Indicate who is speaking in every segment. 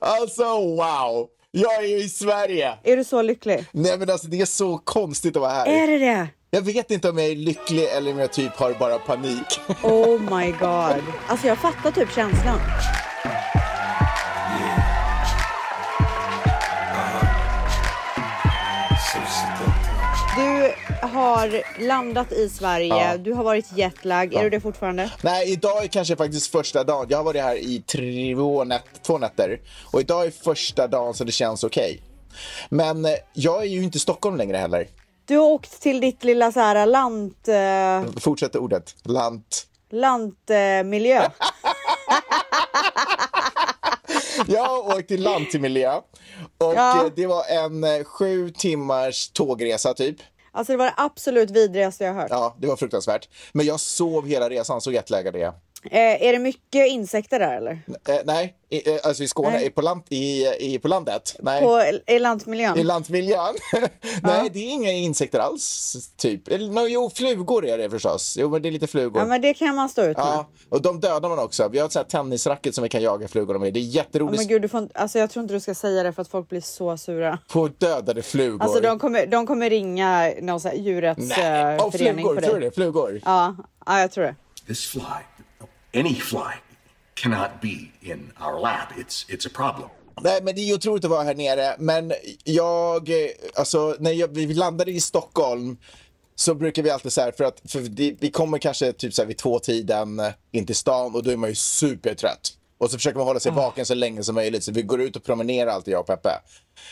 Speaker 1: Alltså wow! Jag är ju i Sverige!
Speaker 2: Är du så lycklig?
Speaker 1: Nej men alltså det är så konstigt att vara här.
Speaker 2: Är det det?
Speaker 1: Jag vet inte om jag är lycklig eller om jag typ har bara panik.
Speaker 2: Oh my god. Alltså jag fattar typ känslan. Du har landat i Sverige,
Speaker 1: Ja.
Speaker 2: du har varit jetlag. Är du det fortfarande?
Speaker 1: Nej, idag är kanske faktiskt första dagen. Jag har varit här i tre, två, nät, två nätter och idag är första dagen så det känns okej. Men eh, jag är ju inte i Stockholm längre heller.
Speaker 2: Du har åkt till ditt lilla så här lant... Eh,
Speaker 1: Fortsätt ordet. Lant.
Speaker 2: lantmiljö.
Speaker 1: Jag har åkt till Lantmiljö och
Speaker 2: Ja.
Speaker 1: eh, det var en eh, sju timmars tågresa typ.
Speaker 2: Alltså det var det absolut vidrigaste jag har hört.
Speaker 1: Ja, det var fruktansvärt. Men jag sov hela resan, så jetlaggad är jag.
Speaker 2: Eh, är det mycket insekter där eller?
Speaker 1: Eh, nej, i, eh, alltså i Skåne,
Speaker 2: Nej.
Speaker 1: I, på land, i, i, på landet. Nej.
Speaker 2: På, I
Speaker 1: I
Speaker 2: lantmiljön?
Speaker 1: lantmiljön? Nej, det är inga insekter alls, typ. Eller, nå, jo, flugor är det förstås. Jo, men det är lite flugor.
Speaker 2: Ja men det kan man stå ut med.
Speaker 1: Ja, och de dödar man också. Vi har ett sånt här tennisracket som vi kan jaga flugorna med. Det är
Speaker 2: Ja,
Speaker 1: jätteroligt.
Speaker 2: men gud, du får inte, alltså jag tror inte du ska säga det för att folk blir så sura.
Speaker 1: på dödade flugor.
Speaker 2: Alltså de kommer, de kommer ringa någon så här
Speaker 1: Nej, och
Speaker 2: djurrättsförening på
Speaker 1: flugor,
Speaker 2: dig.
Speaker 1: tror du det? Flugor.
Speaker 2: Ja, ja, jag tror det.
Speaker 3: This fly, any fly, cannot be in our lab. It's it's a problem.
Speaker 1: Nej, men det är ju otroligt att vara här nere. Men jag, eh, alltså när jag, vi landade i Stockholm så brukar vi alltid så här, för att för vi, vi kommer kanske typ så här vid två tiden eh, in till stan och då är man ju supertrött. Och så försöker man hålla sig vaken så länge som möjligt så vi går ut och promenerar alltid jag och Peppe.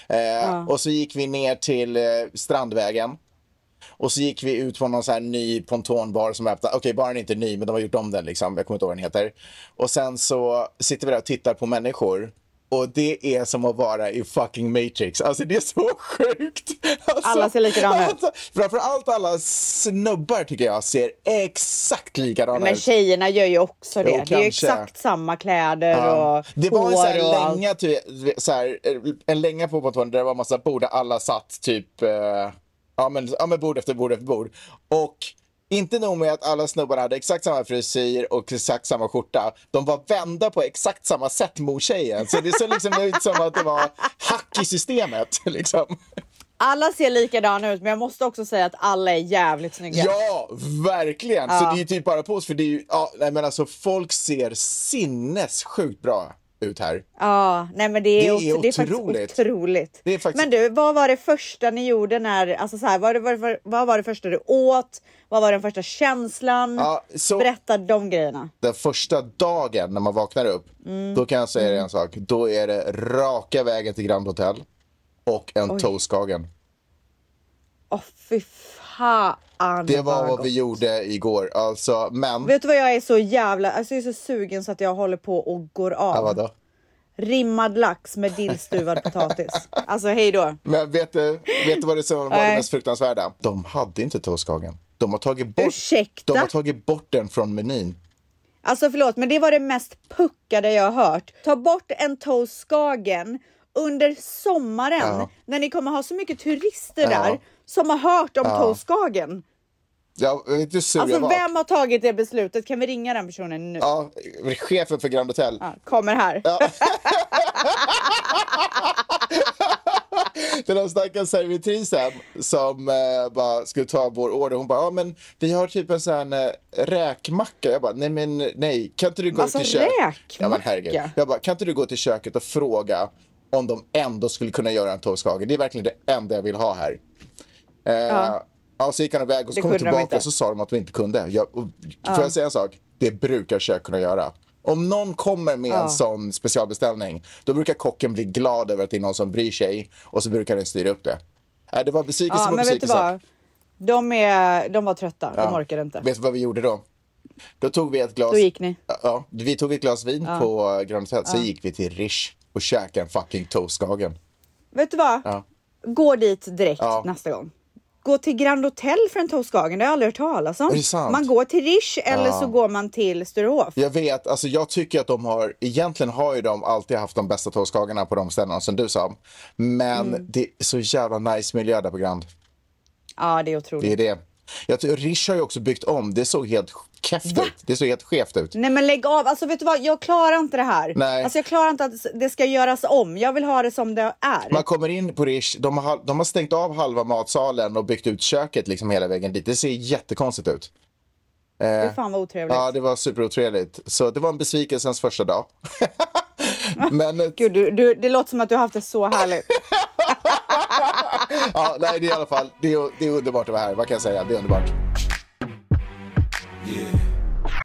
Speaker 1: Eh, Och så gick vi ner till eh, Strandvägen. Och så gick vi ut på någon så här ny pontonbar som öppnade. Okej, baren är inte ny, men de har gjort om den. Liksom. Jag kommer inte ihåg vad den heter. Och sen så sitter vi där och tittar på människor. Och det är som att vara i fucking Matrix. Alltså det är så sjukt. Alltså,
Speaker 2: Alla ser likadana ut.
Speaker 1: Alltså, framförallt alla snubbar tycker jag ser exakt likadana
Speaker 2: Men
Speaker 1: ut.
Speaker 2: tjejerna gör ju också det.
Speaker 1: Jo,
Speaker 2: det är ju
Speaker 1: kanske.
Speaker 2: exakt samma kläder
Speaker 1: Ja.
Speaker 2: och
Speaker 1: Det var en
Speaker 2: hår
Speaker 1: sån här
Speaker 2: och allt.
Speaker 1: länga, ty, så här, en länga på pontonen där det var massa bord där alla satt typ, eh, ja, men, ja men bord efter bord efter bord. Och inte nog med att alla snubbar hade exakt samma frisyr och exakt samma skjorta, de var vända på exakt samma sätt mot tjejen. Så det såg liksom ut som att det var hack i systemet. Liksom.
Speaker 2: Alla ser likadana ut men jag måste också säga att alla är jävligt snygga.
Speaker 1: Ja, verkligen! Så det är ju typ bara på oss, för det är ju, ja, nej men alltså folk ser sinnessjukt bra ut här.
Speaker 2: Ja, nej men det är,
Speaker 1: Det är
Speaker 2: också, det är
Speaker 1: otroligt.
Speaker 2: faktiskt otroligt.
Speaker 1: Det är faktiskt-
Speaker 2: Men du, vad var det första ni gjorde när, alltså så här, vad, var det, vad, vad var det första du åt? Vad var den första känslan?
Speaker 1: Ja, så-
Speaker 2: Berätta de grejerna.
Speaker 1: den första dagen när man vaknar upp,
Speaker 2: Mm.
Speaker 1: då kan jag säga dig en sak. Då är det raka vägen till Grand Hotel och en toastkagen.
Speaker 2: Åh fy fan
Speaker 1: Det var
Speaker 2: vad
Speaker 1: vad vi
Speaker 2: gott.
Speaker 1: gjorde igår. Alltså, men...
Speaker 2: Vet du vad jag är så jävla, alltså jag är så sugen så att jag håller på och går
Speaker 1: Ja,
Speaker 2: av.
Speaker 1: vadå?
Speaker 2: Rimmad lax med dillstuvad potatis. Alltså hej då.
Speaker 1: Men vet du, vet du vad det som var det
Speaker 2: Nej.
Speaker 1: mest fruktansvärda? De hade inte toastkagen. De har tagit bort,
Speaker 2: Ursäkta?
Speaker 1: de har tagit bort den från menyn.
Speaker 2: Alltså förlåt, men det var det mest puckade jag har hört. Ta bort en toast Skagen under sommaren
Speaker 1: Ja.
Speaker 2: när ni kommer ha så mycket turister
Speaker 1: Ja.
Speaker 2: där som har hört om toast Skagen.
Speaker 1: Jag vet du hur sur jag
Speaker 2: Alltså
Speaker 1: var?
Speaker 2: vem har tagit det beslutet? Kan vi ringa den personen nu?
Speaker 1: Ja, chefen för Grand Hotel.
Speaker 2: Ja, Kommer här.
Speaker 1: Den där stackars servitrisen som eh, bara skulle ta vår order. Hon bara, ja men vi har typ en sån här eh, räkmacka. Jag bara, nej men nej, kan inte du gå
Speaker 2: Alltså,
Speaker 1: till köket?
Speaker 2: räkmacka?
Speaker 1: Ja, men herregud. Jag bara, kan inte du gå till köket och fråga om de ändå skulle kunna göra en toastkaga? Det är verkligen det enda jag vill ha här. Eh, ja. så gick han iväg och så
Speaker 2: Det
Speaker 1: kom han
Speaker 2: kunde de
Speaker 1: tillbaka
Speaker 2: inte.
Speaker 1: och så sa de att de inte kunde. Jag, och, Får jag säga en sak? Det brukar kök kunna göra. Om någon kommer med en sån specialbeställning, då brukar kocken bli glad över att det är någon som bryr sig och så brukar den styra upp det. Äh, det var besvikelse
Speaker 2: Ja,
Speaker 1: på
Speaker 2: men vet du
Speaker 1: besvikelse.
Speaker 2: vad? De, är, de var trötta, de orkade inte.
Speaker 1: Vet du vad vi gjorde då? Då tog vi ett glas...
Speaker 2: Då gick ni.
Speaker 1: Ja, vi tog ett glas vin på eh, Grand Hotel, sen gick vi till Rish och käkade en fucking toastkagen.
Speaker 2: Vet du vad?
Speaker 1: Ja.
Speaker 2: Gå dit direkt
Speaker 1: Ja.
Speaker 2: nästa gång. Gå till Grand Hotel för en toastkagen, det har jag aldrig hört talas
Speaker 1: Är
Speaker 2: om.
Speaker 1: det sant?
Speaker 2: Man går till Rish eller så går man till Sturehof.
Speaker 1: Jag vet, alltså jag tycker att de har, egentligen har ju de alltid haft de bästa toastkagarna på de ställena som du sa. Men det är så jävla nice miljö där på Grand.
Speaker 2: Ja, det är
Speaker 1: Det är
Speaker 2: otroligt.
Speaker 1: det. Jag tycker, Rish har ju också byggt om, det såg helt keft ut. Det såg helt skevt ut.
Speaker 2: Nej men lägg av, alltså vet du vad, jag klarar inte det här.
Speaker 1: Nej.
Speaker 2: Alltså jag klarar inte att det ska göras om. Jag vill ha det som det är.
Speaker 1: Man kommer in på Rish, de har, de har stängt av halva matsalen och byggt ut köket liksom hela vägen dit. Det ser jättekonstigt ut.
Speaker 2: Fy fan vad otrevligt.
Speaker 1: Ja, det var superotrevligt. Så det var en besvikelsens första dag. Men eh,
Speaker 2: Gud, du, du, det låter som att du har haft det så härligt.
Speaker 1: ja, nej, det är i alla fall, det är, det är underbart att vara här. Vad kan jag säga? Det är underbart.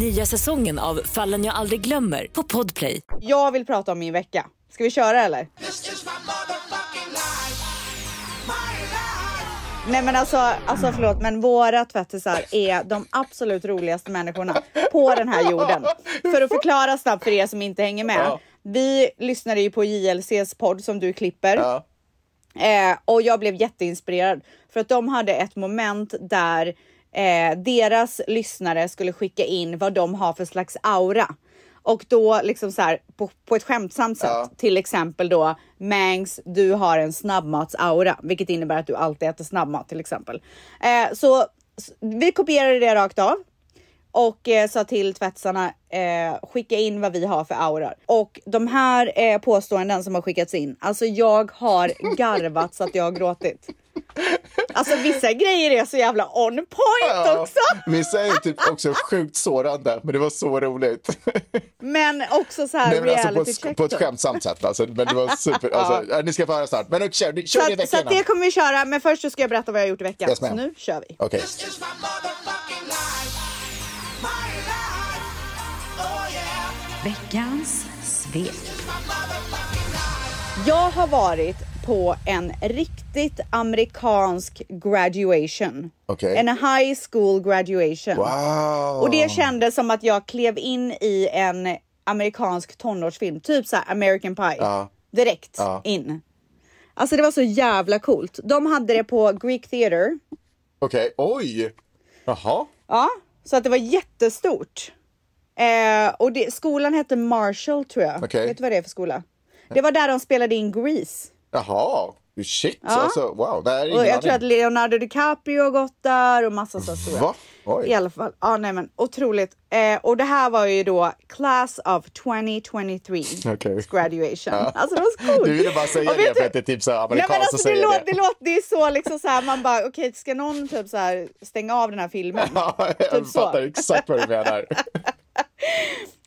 Speaker 4: Nya säsongen av Fallen jag aldrig glömmer på Podplay.
Speaker 2: Jag vill prata om min vecka. Ska vi köra eller? Nej men alltså, alltså förlåt men våra tvättisar är de absolut roligaste människorna på den här jorden. För att förklara snabbt för er som inte hänger med.
Speaker 1: Ja.
Speaker 2: Vi lyssnade ju på JLCs podd som du klipper.
Speaker 1: Ja.
Speaker 2: Eh, och jag blev jätteinspirerad för att de hade ett moment där eh, deras lyssnare skulle skicka in vad de har för slags aura. Och då liksom så här på, på ett skämtsamt sätt,
Speaker 1: Ja.
Speaker 2: till exempel då Mangs, du har en snabbmatsaura, vilket innebär att du alltid äter snabbmat till exempel. Eh, så s- vi kopierade det rakt av och eh, sa till tvättsarna eh, skicka in vad vi har för auror. Och de här eh, påståenden som har skickats in, alltså jag har garvat så att jag har gråtit. Alltså vissa grejer är så jävla on point
Speaker 1: Ja,
Speaker 2: också.
Speaker 1: Vissa är typ också sjukt sårande, men det var så roligt.
Speaker 2: Men också så här
Speaker 1: Nej, men alltså på,
Speaker 2: reality
Speaker 1: ett-
Speaker 2: check.
Speaker 1: på ett
Speaker 2: då.
Speaker 1: skämtsamt sätt. Alltså, men det var super, alltså, ja. Ni ska få höra snart. Men kör, kör det i
Speaker 2: Så, att, så
Speaker 1: veckan.
Speaker 2: att det kommer vi köra, men först så ska jag berätta vad jag har gjort i veckan.
Speaker 1: Yes, ma'am.
Speaker 2: så nu kör vi.
Speaker 1: Okej.
Speaker 5: Oh,
Speaker 6: Veckans svep.
Speaker 2: Jag har varit på en riktigt amerikansk graduation.
Speaker 1: Okej.
Speaker 2: En high school graduation.
Speaker 1: Wow.
Speaker 2: Och det kändes som att jag klev in i en amerikansk tonårsfilm, typ så här American Pie.
Speaker 1: Ja.
Speaker 2: Direkt
Speaker 1: Ja.
Speaker 2: in. Alltså det var så jävla coolt. De hade det på Greek Theatre.
Speaker 1: Okej, oj. Jaha.
Speaker 2: Ja, så att det var jättestort. Eh, och det, skolan hette Marshall tror jag.
Speaker 1: Okej.
Speaker 2: Vet du vad det är för skola? Det var där de spelade in Grease.
Speaker 1: Jaha. Shit, alltså wow. Det här är ingen
Speaker 2: Och jag tror att
Speaker 1: aning.
Speaker 2: Leonardo DiCaprio har gått där och massa så stora.
Speaker 1: Va? Oj.
Speaker 2: I alla fall. Ja, nej men otroligt. Eh, och det här var ju då Class of 2023
Speaker 1: Okej.
Speaker 2: graduation. Alltså det var så coolt.
Speaker 1: Du ville bara säga
Speaker 2: Och vet
Speaker 1: det för
Speaker 2: du-
Speaker 1: att det är typ så här
Speaker 2: Nej, men
Speaker 1: amerikanskt
Speaker 2: alltså,
Speaker 1: att
Speaker 2: det,
Speaker 1: säga
Speaker 2: låter,
Speaker 1: det.
Speaker 2: det låter det är så liksom så här man bara okej ska någon typ så här stänga av den här filmen?
Speaker 1: Ja, jag
Speaker 2: Typ så.
Speaker 1: fattar exakt vad du menar.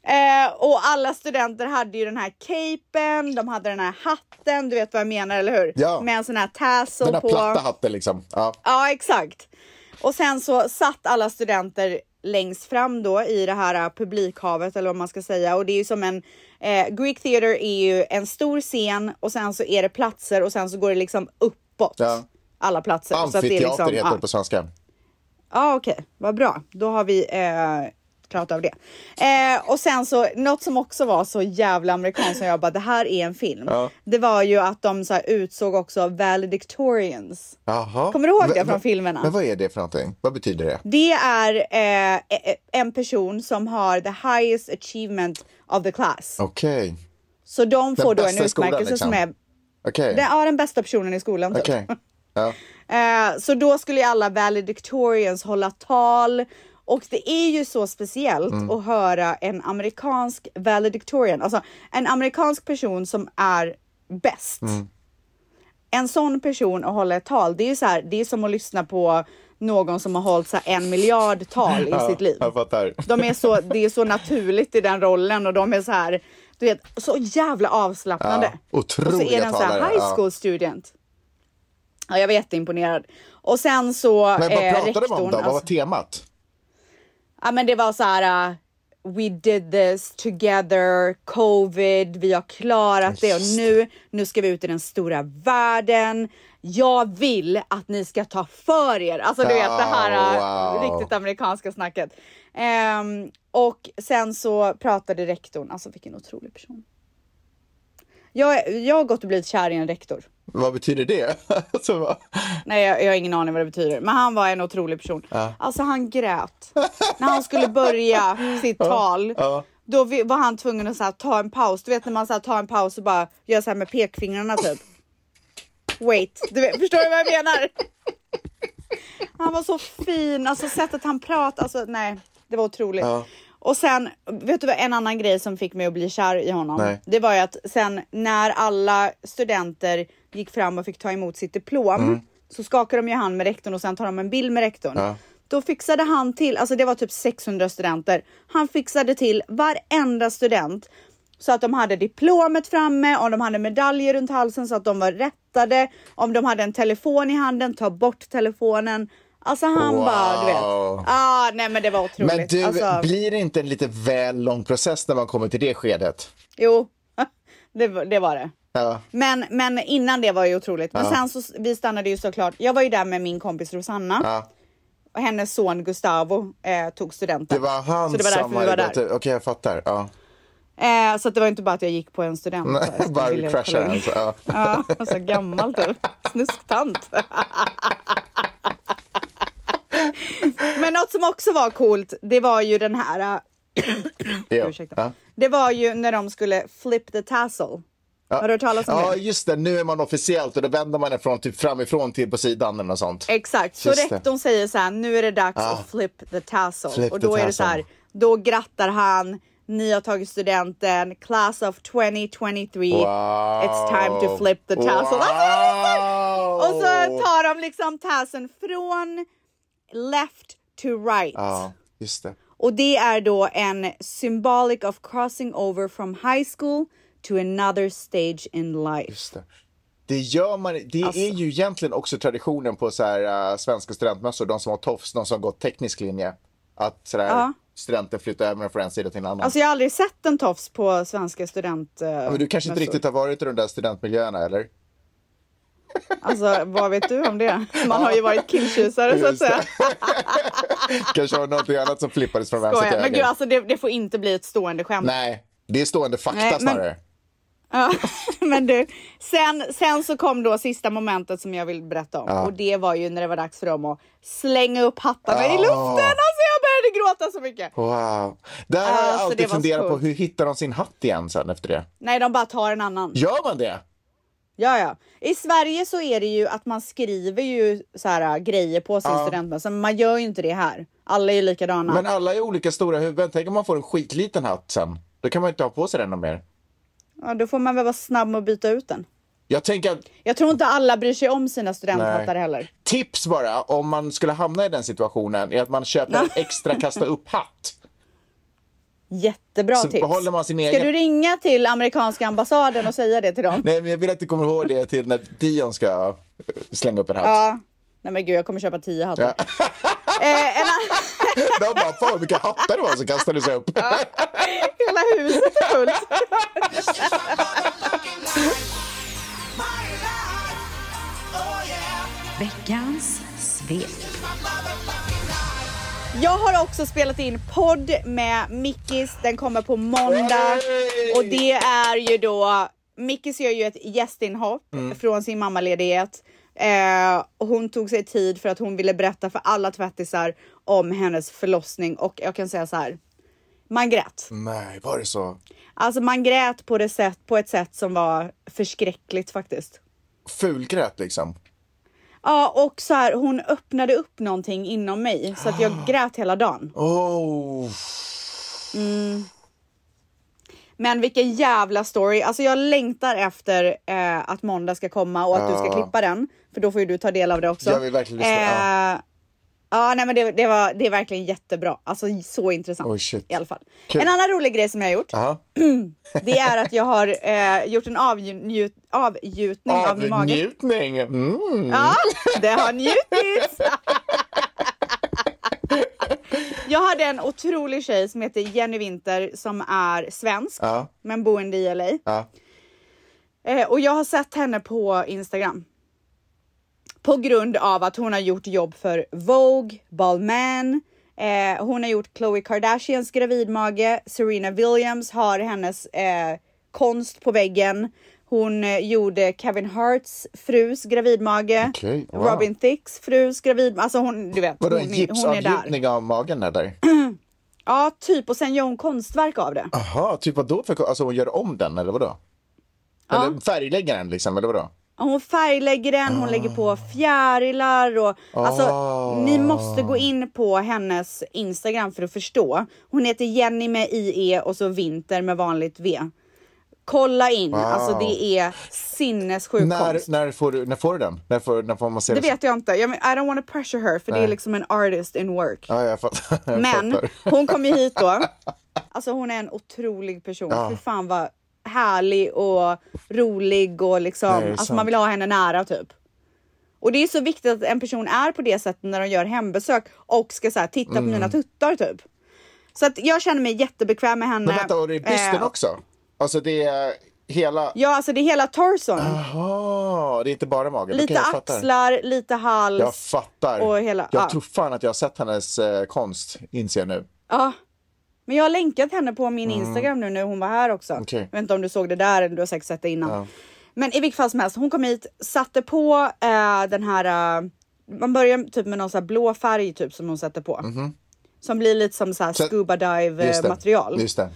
Speaker 2: Eh, och alla studenter hade ju den här capen, de hade den här hatten, du vet vad jag menar eller hur?
Speaker 1: Ja.
Speaker 2: Med en sån här tassel
Speaker 1: Den här
Speaker 2: på.
Speaker 1: platta hatten liksom. Ja.
Speaker 2: Ja, exakt. Och sen så satt alla studenter längst fram då i det här eh, publikhavet eller vad man ska säga. Och det är ju som en eh, Greek Theater är ju en stor scen och sen så är det platser och sen så går det liksom uppåt.
Speaker 1: Ja.
Speaker 2: Alla platser. Så att det är
Speaker 1: Amfiteater
Speaker 2: liksom,
Speaker 1: heter
Speaker 2: ja.
Speaker 1: det på svenska.
Speaker 2: Ja, okej, vad bra. Då har vi eh, klarat av det. Eh, och sen så något som också var så jävla amerikanskt som jag bara det här är en film. Det var ju att de så här, utsåg också valedictorians.
Speaker 1: Jaha.
Speaker 2: Kommer du ihåg det
Speaker 1: Men-
Speaker 2: från
Speaker 1: men-
Speaker 2: filmerna?
Speaker 1: Men vad är det för någonting? Vad betyder det?
Speaker 2: Det är eh, e- en person som har the highest achievement of the class.
Speaker 1: Okej.
Speaker 2: Så de får då en
Speaker 1: bästa i skolan,
Speaker 2: utmärkelse som är
Speaker 1: liksom. Okej.
Speaker 2: den, ja, den bästa personen i skolan. Typ.
Speaker 1: Okej. Ja.
Speaker 2: Eh, så då skulle ju alla valedictorians hålla tal och det är ju så speciellt
Speaker 1: Mm.
Speaker 2: att höra en amerikansk valedictorian, alltså en amerikansk person som är bäst.
Speaker 1: Mm.
Speaker 2: En sån person att hålla ett tal, det är ju så här, det är som att lyssna på någon som har hållit så här en miljard tal i sitt liv.
Speaker 1: Jag fattar.
Speaker 2: De är så, det är så naturligt i den rollen och de är så här, du vet, så jävla avslappnade.
Speaker 1: Ja,
Speaker 2: och så är
Speaker 1: otroliga
Speaker 2: den så här
Speaker 1: talare,
Speaker 2: high
Speaker 1: ja.
Speaker 2: school student. Ja, jag var jätteimponerad. Och sen så...
Speaker 1: Men vad pratade man om då? Vad var
Speaker 2: alltså-
Speaker 1: temat?
Speaker 2: Ja, men det var så här... uh, we did this together, covid, vi har klarat det och nu, nu ska vi ut i den stora världen. jag vill att ni ska ta för er. Alltså du vet det här
Speaker 1: Oh, wow.
Speaker 2: eh, riktigt amerikanska snacket. Ehm, och sen så pratade rektorn, alltså vilken otrolig person. Jag, jag har gått och blivit kär i en rektor.
Speaker 1: Vad betyder det? Alltså, Så bara,
Speaker 2: Nej, jag, jag har ingen aning vad det betyder. Men han var en otrolig person. Alltså han grät. när han skulle börja sitt tal. Då vi- var han tvungen att så här, ta en paus. Du vet när man så här, tar en paus och bara gör så här med pekfingrarna typ. Wait, du vet, förstår du vad jag menar? Han var så fin, alltså sättet han pratade, alltså nej, det var otroligt. Och sen, vet du vad en annan grej som fick mig att bli kär i honom?
Speaker 1: Nej.
Speaker 2: Det var ju att sen när alla studenter gick fram och fick ta emot sitt diplom så skakade de ju hand med rektorn och sen tar de en bild med rektorn. Då fixade han till, alltså det var typ 600 studenter. Han fixade till varenda student så att de hade diplomet framme, om de hade medaljer runt halsen så att de var rättade, om de hade en telefon i handen, ta bort telefonen. Alltså han
Speaker 1: Wow.
Speaker 2: bara, du vet. Ah, nej men det var otroligt.
Speaker 1: men du,
Speaker 2: alltså,
Speaker 1: blir det inte en lite väl lång process när man kommer till det skedet?
Speaker 2: Jo, det, var- det var det.
Speaker 1: Ja.
Speaker 2: Men, men innan det var ju otroligt. Men sen så, vi stannade ju såklart, jag var ju där med min kompis Rosanna. Och hennes son Gustavo eh, tog studenten.
Speaker 1: Det var han
Speaker 2: så det var därför
Speaker 1: som
Speaker 2: vi var
Speaker 1: hade
Speaker 2: där.
Speaker 1: gått ut. Okej, jag fattar. Ja.
Speaker 2: Eh, så att det var inte bara att jag gick på en student. så jag skulle
Speaker 1: Bara
Speaker 2: vilja
Speaker 1: crasha
Speaker 2: kolla in.
Speaker 1: alltså. Ja.
Speaker 2: Ja, alltså gammal typ. Snusktant. Men något som också var coolt, det var ju den här... äh,
Speaker 1: Ja.
Speaker 2: Ursäkta.
Speaker 1: Ja.
Speaker 2: Det var ju när de skulle flip the tassel. Har du hört talas om
Speaker 1: ja,
Speaker 2: det?
Speaker 1: just det. Nu är man officiellt och då vänder man den från typ framifrån till på sidan eller något sånt.
Speaker 2: Exakt, så
Speaker 1: Just det.
Speaker 2: rektorn säger så här, nu är det dags att flip the tassel.
Speaker 1: Flip
Speaker 2: och
Speaker 1: the
Speaker 2: då är det så här,
Speaker 1: tassel.
Speaker 2: då grattar han, ni har tagit studenten, class of 2023, it's time to flip the tassel.
Speaker 1: Wow!
Speaker 2: Och så tar de liksom tassen från left to right.
Speaker 1: Ja, just det.
Speaker 2: Och det är då en symbolic of crossing over from high school to another stage in life.
Speaker 1: Just det. Det, gör man, det
Speaker 2: Alltså-
Speaker 1: är ju egentligen också traditionen på så här, äh, svenska studentmössor, de som har tofs, de som har gått teknisk linje, att så där, studenten flyttar över från en sida till en annan.
Speaker 2: Alltså jag har aldrig sett en tofs på svenska student... eh,
Speaker 1: Men du kanske inte
Speaker 2: mössor.
Speaker 1: riktigt har varit i de där studentmiljöerna, eller?
Speaker 2: Alltså vad vet du om det? Man har ju varit killtjusare så att
Speaker 1: Just det. Alltså,
Speaker 2: säga.
Speaker 1: kanske har något annat som flippades från vänster till
Speaker 2: Skojar. Men gud
Speaker 1: höger.
Speaker 2: alltså det, det får inte bli ett stående skämt.
Speaker 1: Nej, det är stående fakta
Speaker 2: Nej, men-
Speaker 1: snarare.
Speaker 2: Ja, men du, sen, sen så kom då sista momentet som jag vill berätta om och det var ju när det var dags för dem att slänga upp hattarna i
Speaker 1: Ja.
Speaker 2: luften. Alltså jag började gråta så mycket.
Speaker 1: Wow. Där har jag
Speaker 2: Alltså, det
Speaker 1: alltid
Speaker 2: var så
Speaker 1: funderat på
Speaker 2: coolt.
Speaker 1: hur hittar de sin hatt igen sen efter det?
Speaker 2: Nej, de bara tar en annan.
Speaker 1: Gör man det?
Speaker 2: Ja, ja. I Sverige så är det ju att man skriver ju så här äh, grejer på sin studentmössa, men man gör ju inte det här. Alla är ju likadana.
Speaker 1: Men alla är olika stora huvuden. Tänk om man får en skitliten hatt sen. Då kan man ju inte ha på sig den någon mer.
Speaker 2: Ja, då får man väl vara snabb med att byta ut den.
Speaker 1: Jag tänker att
Speaker 2: Jag tror inte alla bryr sig om sina studenthattar
Speaker 1: Nej.
Speaker 2: heller.
Speaker 1: tips bara om man skulle hamna i den situationen är att man köper en extra kasta upp-hatt.
Speaker 2: Jättebra
Speaker 1: Så
Speaker 2: tips.
Speaker 1: behåller man sin
Speaker 2: Ska
Speaker 1: egen-
Speaker 2: du ringa till amerikanska ambassaden och säga det till dem?
Speaker 1: Nej, men jag vill att du kommer ihåg det till när Dion ska eh, slänga upp en hatt.
Speaker 2: Ja. Nej men gud, jag kommer köpa tio hattar. eh, en annan-
Speaker 1: De bara, fan vilka hattar det var som kastades upp.
Speaker 2: hela huset är fullt.
Speaker 5: Oh,
Speaker 4: Veckans svep.
Speaker 2: Jag har också spelat in podd med Mickis. Den kommer på måndag.
Speaker 1: Yay!
Speaker 2: Och det är ju då... Mickis gör ju ett gästinhopp från sin mammaledighet. Eh, och hon tog sig tid för att hon ville berätta för alla tvättisar om hennes förlossning. Och jag kan säga så här. Man grät.
Speaker 1: Nej, var det så?
Speaker 2: Alltså man grät på, det sätt, på ett sätt som var förskräckligt faktiskt.
Speaker 1: Fulgrät liksom.
Speaker 2: Ja, och så här, hon öppnade upp någonting inom mig så att jag grät hela dagen.
Speaker 1: Oh.
Speaker 2: Men vilken jävla story. Alltså jag längtar efter eh, att måndag ska komma och att du ska klippa den. För då får ju du ta del av det också.
Speaker 1: Jag vill verkligen lyssna, ja.
Speaker 2: Eh, ja, nej men det, det, var, det är verkligen jättebra. Alltså så intressant.
Speaker 1: Oh, shit.
Speaker 2: I alla fall.
Speaker 1: Kul.
Speaker 2: En annan rolig grej som jag har gjort.
Speaker 1: Aha.
Speaker 2: Det är att jag har eh, gjort en avgjut, avgjutning av min mage.
Speaker 1: Avnjutning! Mm.
Speaker 2: Ja, det har njutits. Jag hade en otrolig tjej som heter Jenny Winter som är svensk
Speaker 1: Ja.
Speaker 2: men boende i LA.
Speaker 1: Ja.
Speaker 2: Eh, och jag har sett henne på Instagram. På grund av att hon har gjort jobb för Vogue, Balmain, eh, hon har gjort Khloe Kardashians gravidmage, Serena Williams har hennes eh, konst på väggen. Hon eh, gjorde Kevin Harts frus gravidmage,
Speaker 1: Okej, wow.
Speaker 2: Robin Thicks frus gravidmage. Alltså hon, du vet,
Speaker 1: Vadå,
Speaker 2: hon,
Speaker 1: en
Speaker 2: är- hon är där.
Speaker 1: gipsavgjutning av magen eller?
Speaker 2: Ja, typ. Och sen gör hon konstverk av det.
Speaker 1: Jaha, typ vadå för Alltså hon gör om den eller vadå? Eller färglägger den liksom, eller vadå?
Speaker 2: Hon färglägger den, hon lägger på fjärilar och alltså ni måste gå in på hennes Instagram för att förstå. Hon heter Jenny med IE och så Vinter med vanligt V. Kolla in, alltså det är sinnessjuk konst.
Speaker 1: När, när, får du, när får du den? När får, när får man se
Speaker 2: Det
Speaker 1: den?
Speaker 2: vet jag inte. Jag men, I don't want to pressure her för det är liksom en artist in work.
Speaker 1: Ja, jag fattar. Jag
Speaker 2: Men
Speaker 1: fattar.
Speaker 2: hon kom ju hit då. Alltså hon är en otrolig person. Fy fan vad härlig och rolig och liksom.
Speaker 1: Nej, det är
Speaker 2: alltså
Speaker 1: sant.
Speaker 2: man vill ha henne nära typ. Och det är så viktigt att en person är på det sättet när de gör hembesök och ska så här, titta på
Speaker 1: Mm.
Speaker 2: mina tuttar typ. Så att jag känner mig jättebekväm med henne.
Speaker 1: Men vänta, och det är bysten
Speaker 2: Eh,
Speaker 1: också? Alltså det är hela...
Speaker 2: Ja, alltså det är hela torson.
Speaker 1: Jaha, det är inte bara magen.
Speaker 2: lite
Speaker 1: Ah, Okej, jag fattar.
Speaker 2: axlar, lite hals.
Speaker 1: Jag fattar.
Speaker 2: och hela-
Speaker 1: jag
Speaker 2: ja.
Speaker 1: tror fan att jag har sett hennes eh, konst, inser jag nu.
Speaker 2: Ja. Men jag har länkat henne på min Instagram nu när hon var här också.
Speaker 1: Mm. Okej.
Speaker 2: Jag vet inte om du såg det där eller du har säkert sett det innan. Men i vilket fall som helst, hon kom hit, satte på eh, den här, eh, man börjar typ med någon så här blå färg typ som hon sätter på. Som blir lite som så här
Speaker 1: Mhm. Så-
Speaker 2: scuba dive
Speaker 1: Just
Speaker 2: eh,
Speaker 1: det.
Speaker 2: material.
Speaker 1: Just det.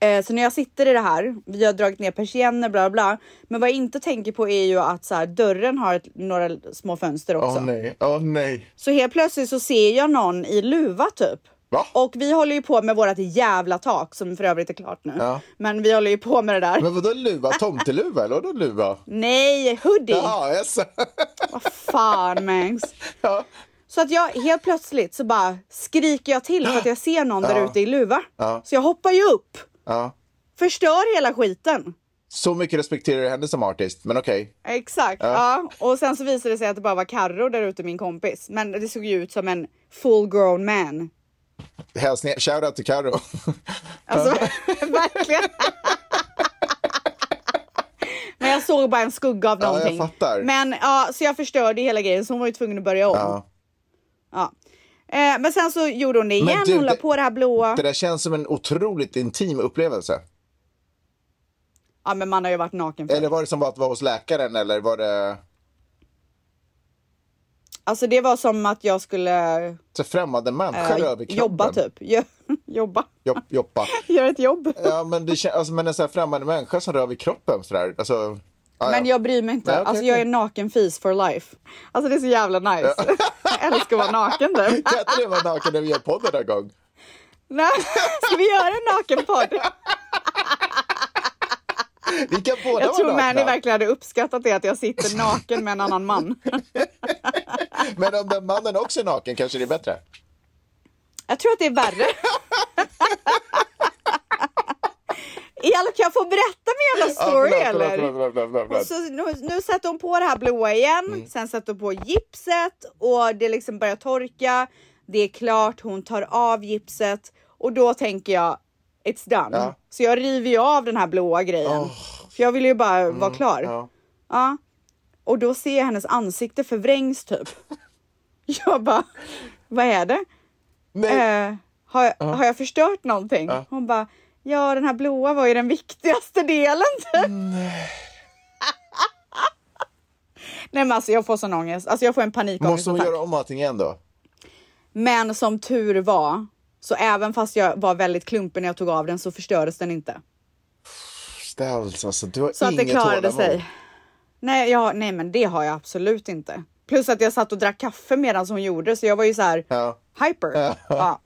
Speaker 2: Eh, så när jag sitter i det här, vi har dragit ner persienner bla bla. Men vad jag inte tänker på är ju att så här, dörren har ett, några små fönster också.
Speaker 1: Åh nej, åh nej.
Speaker 2: Så helt plötsligt så ser jag någon i luva typ.
Speaker 1: Va?
Speaker 2: Och vi håller ju på med vårt jävla tak som för övrigt är klart nu.
Speaker 1: Ja.
Speaker 2: Men vi håller ju på med det där.
Speaker 1: Men vadå luva? Tomteluva eller vadå luva?
Speaker 2: Nej, hoodie!
Speaker 1: Ja, jag ser.
Speaker 2: Vad fan Mangs.
Speaker 1: Ja.
Speaker 2: Så att jag helt plötsligt så bara skriker jag till för att jag ser någon där ute i luva. Så jag hoppar ju upp.
Speaker 1: Ja.
Speaker 2: Förstör hela skiten.
Speaker 1: Så mycket respekterar jag henne som artist, men okej.
Speaker 2: Exakt. Ja. Och sen så visade det sig att det bara var Carro där ute, min kompis. Men det såg ju ut som en full grown man.
Speaker 1: Hälsningar, shoutout till Carro.
Speaker 2: Alltså verkligen. Men jag såg bara en skugga av
Speaker 1: Ja, jag
Speaker 2: någonting.
Speaker 1: fattar.
Speaker 2: Men ja, så jag förstörde hela grejen så hon var ju tvungen att börja om. Ja.
Speaker 1: Ja.
Speaker 2: Eh, men sen så gjorde hon det
Speaker 1: Men
Speaker 2: igen.
Speaker 1: du,
Speaker 2: hon la
Speaker 1: det-
Speaker 2: på det här blåa.
Speaker 1: Det där känns som en otroligt intim upplevelse.
Speaker 2: Ja, men man har ju varit naken förr.
Speaker 1: Eller var det som var att vara hos läkaren eller var det
Speaker 2: Alltså det var som att jag skulle
Speaker 1: så främmande män?
Speaker 2: eh,
Speaker 1: skär över kroppen?
Speaker 2: jobba typ. Jo- jobba.
Speaker 1: Jobb, jobba.
Speaker 2: Gör ett jobb.
Speaker 1: Ja, men, det, kän- alltså, men en sån här främmande människa som rör vid kroppen sådär. Alltså, ja,
Speaker 2: Men
Speaker 1: ja.
Speaker 2: jag bryr mig inte.
Speaker 1: Nej, okej,
Speaker 2: alltså jag är
Speaker 1: okej.
Speaker 2: en naken fis for life. Alltså det är så jävla nice. jag älskar att vara naken typ.
Speaker 1: Kan inte du vara naken när vi gör podden en gång?
Speaker 2: Nej, Ska vi göra en nakenpodd?
Speaker 1: Vi kan båda
Speaker 2: Jag tror
Speaker 1: vara
Speaker 2: Mani
Speaker 1: nakna.
Speaker 2: verkligen hade uppskattat det att jag sitter naken med en annan man.
Speaker 1: Men om den mannen också är naken kanske det är bättre.
Speaker 2: Jag tror att det är värre. I alla kan jag få berätta min jävla story
Speaker 1: Ah, förlåt, förlåt,
Speaker 2: eller?
Speaker 1: förlåt, förlåt, förlåt, förlåt, förlåt.
Speaker 2: Och så, nu, nu sätter hon på det här blåa igen,
Speaker 1: Mm.
Speaker 2: sen sätter hon på gipset och det liksom börjar torka. Det är klart, hon tar av gipset och då tänker jag it's done.
Speaker 1: Ja.
Speaker 2: Så jag river ju av den här blåa grejen. För jag vill ju bara vara klar.
Speaker 1: Mm, ja.
Speaker 2: Ja. Och då ser jag hennes ansikte förvrängs typ. Jag bara, vad är det?
Speaker 1: Nej,
Speaker 2: Eh, har, jag, har jag förstört någonting? Hon bara, ja den här blåa var ju den viktigaste delen. typ. Nej men alltså jag får sån ångest, alltså jag får en
Speaker 1: måste hon
Speaker 2: panikångestattack.
Speaker 1: göra om allting igen då?
Speaker 2: Men som tur var, så även fast jag var väldigt klumpig när jag tog av den så förstördes den inte.
Speaker 1: Ställs alltså, du har
Speaker 2: Så att det
Speaker 1: inget
Speaker 2: klarade
Speaker 1: tålamod.
Speaker 2: sig. Nej, jag, nej men det har jag absolut inte. Plus att jag satt och drack kaffe medan hon gjorde så jag var ju så här
Speaker 1: Ja.
Speaker 2: hyper. Ja.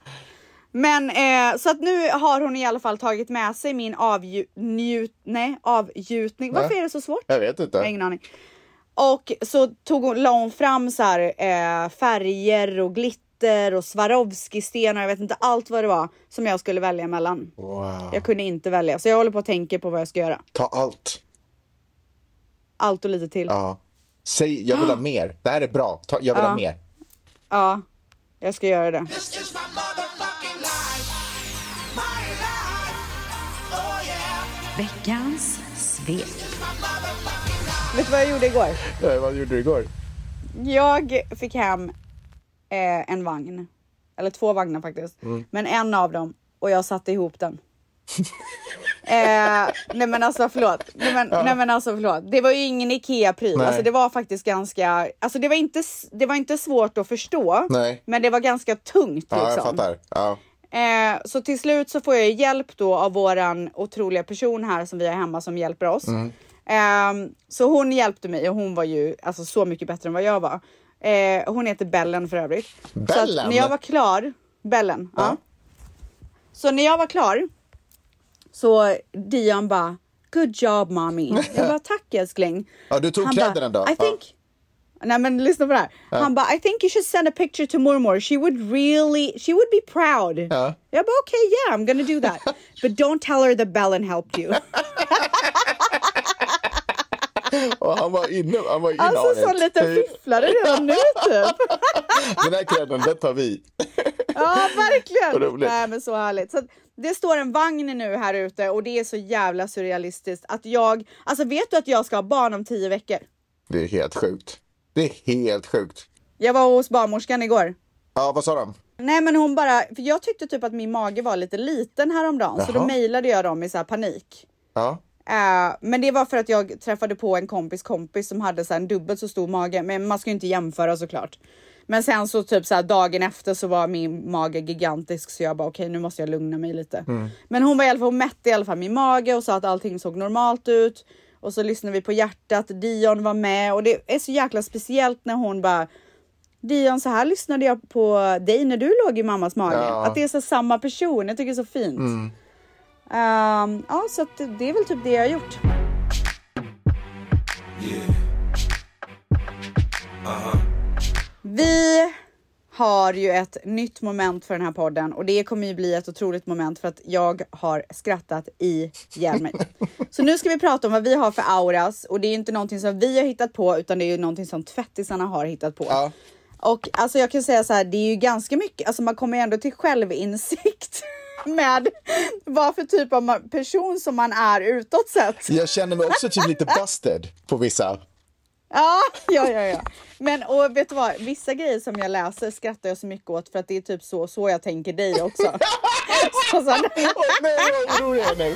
Speaker 2: Men eh, så att nu har hon i alla fall tagit med sig min avnjut, nej, avgjutning. Varför är det så svårt?
Speaker 1: Jag vet
Speaker 2: Jag har
Speaker 1: inte.
Speaker 2: ingen aning. Och så tog hon, la hon fram så här, eh, färger och glitter och Swarovski-stenar. Jag vet inte allt vad det var som jag skulle välja mellan.
Speaker 1: Wow.
Speaker 2: Jag kunde inte välja så jag håller på och tänker på vad jag ska göra.
Speaker 1: Ta allt.
Speaker 2: Allt och lite till.
Speaker 1: Ja. Säg, jag vill ha mer. Det här är bra. Ta, jag vill ha mer.
Speaker 2: Ja, jag ska göra det.
Speaker 5: Oh,
Speaker 4: Veckans svep.
Speaker 2: Vet du vad jag gjorde igår?
Speaker 1: Eh, Vad gjorde du igår?
Speaker 2: Jag fick hem eh, en vagn. Eller två vagnar faktiskt.
Speaker 1: Mm.
Speaker 2: Men en av dem och jag satte ihop den. eh, nej men alltså förlåt. Nej men, nej men alltså förlåt. Det var ju ingen IKEA-pryl.
Speaker 1: Nej.
Speaker 2: Alltså det var faktiskt ganska... Alltså det var inte, s- det var inte svårt att förstå.
Speaker 1: Nej.
Speaker 2: Men det var ganska tungt
Speaker 1: Ja, jag
Speaker 2: liksom.
Speaker 1: fattar. Ja.
Speaker 2: Eh, så till slut så får jag hjälp då av våran otroliga person här som vi har hemma som hjälper oss. Ehm, så hon hjälpte mig och hon var ju alltså, så mycket bättre än vad jag var. Eh, hon heter Bellen för övrigt. Så
Speaker 1: Bellen?
Speaker 2: att när jag var klar, Bellen. Ja. Så när jag var klar så Dion bara Good job mommy. Jag bara tack älskling.
Speaker 1: Ja, du tog
Speaker 2: bara,
Speaker 1: kläderna då?
Speaker 2: I think... Nej men lyssna på det här. Han bara I think you should send a picture to Mormor. She would really, she would be proud.
Speaker 1: Ja.
Speaker 2: Jag bara okej, okay, yeah I'm gonna do that. But don't tell her that Bellen helped you.
Speaker 1: Och han var inne, han var inne
Speaker 2: Alltså
Speaker 1: Arne.
Speaker 2: sån liten fifflare redan nu typ.
Speaker 1: Den här kläden, den tar vi.
Speaker 2: Ja
Speaker 1: Vad
Speaker 2: verkligen.
Speaker 1: roligt.
Speaker 2: Nej men så härligt. Så att det står en vagn nu här ute och det är så jävla surrealistiskt att jag, alltså vet du att jag ska ha barn om tio veckor?
Speaker 1: Det är helt sjukt. Det är helt sjukt.
Speaker 2: Jag var hos barnmorskan igår.
Speaker 1: Ja, vad sa de?
Speaker 2: Nej men hon bara, för jag tyckte typ att min mage var lite liten häromdagen så då
Speaker 1: Jaha.
Speaker 2: mejlade jag dem i så här panik.
Speaker 1: Ja.
Speaker 2: Eh, men det var för att jag träffade på en kompis kompis som hade så här en dubbelt så stor mage. Men man ska ju inte jämföra såklart. Men sen så typ så här dagen efter så var min mage gigantisk så jag bara okej nu måste jag lugna mig lite. Men hon var i alla fall, hon mätte i alla fall min mage och sa att allting såg normalt ut. Och så lyssnade vi på hjärtat, Dion var med och det är så jäkla speciellt när hon bara Dion, så här lyssnade jag på dig när du låg i mammas mage.
Speaker 1: Ja.
Speaker 2: Att det är så samma person, jag tycker det är så fint. Ehm, ja, så att det- det är väl typ det jag har gjort. Vi har ju ett nytt moment för den här podden och det kommer ju bli ett otroligt moment för att jag har skrattat ihjäl mig. Så nu ska vi prata om vad vi har för auras och det är ju inte någonting som vi har hittat på utan det är ju någonting som tvättisarna har hittat på.
Speaker 1: Ja.
Speaker 2: Och alltså jag kan säga så här, det är ju ganska mycket, alltså man kommer ju ändå till självinsikt med vad för typ av ma- person som man är utåt sett.
Speaker 1: Jag känner mig också typ lite busted på vissa.
Speaker 2: Ja, ja, ja, ja. Men och vet du vad? Vissa grejer som jag läser skrattar jag så mycket åt för att det är typ så, så jag tänker dig också. så, så,
Speaker 1: Åh nej, vad orolig jag är nu.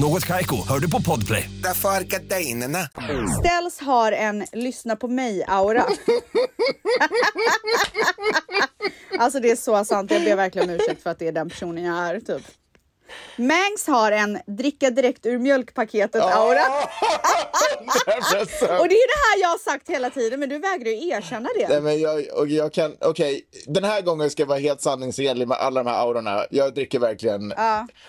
Speaker 7: Något Kaiko, hör du på Podplay.
Speaker 8: Därför är gardinerna.
Speaker 2: Ställs har en lyssna på mig-aura. alltså det är så sant, jag ber verkligen om ursäkt för att det är den personen jag är. Typ. Mangs har en dricka direkt ur mjölkpaketet-aura. Och det är det här jag har sagt hela tiden, men du vägrar ju erkänna
Speaker 1: Nej,
Speaker 2: det.
Speaker 1: men jag, och jag kan, okej, den här gången ska jag vara helt sanningsenlig med alla de här aurorna. Jag dricker verkligen,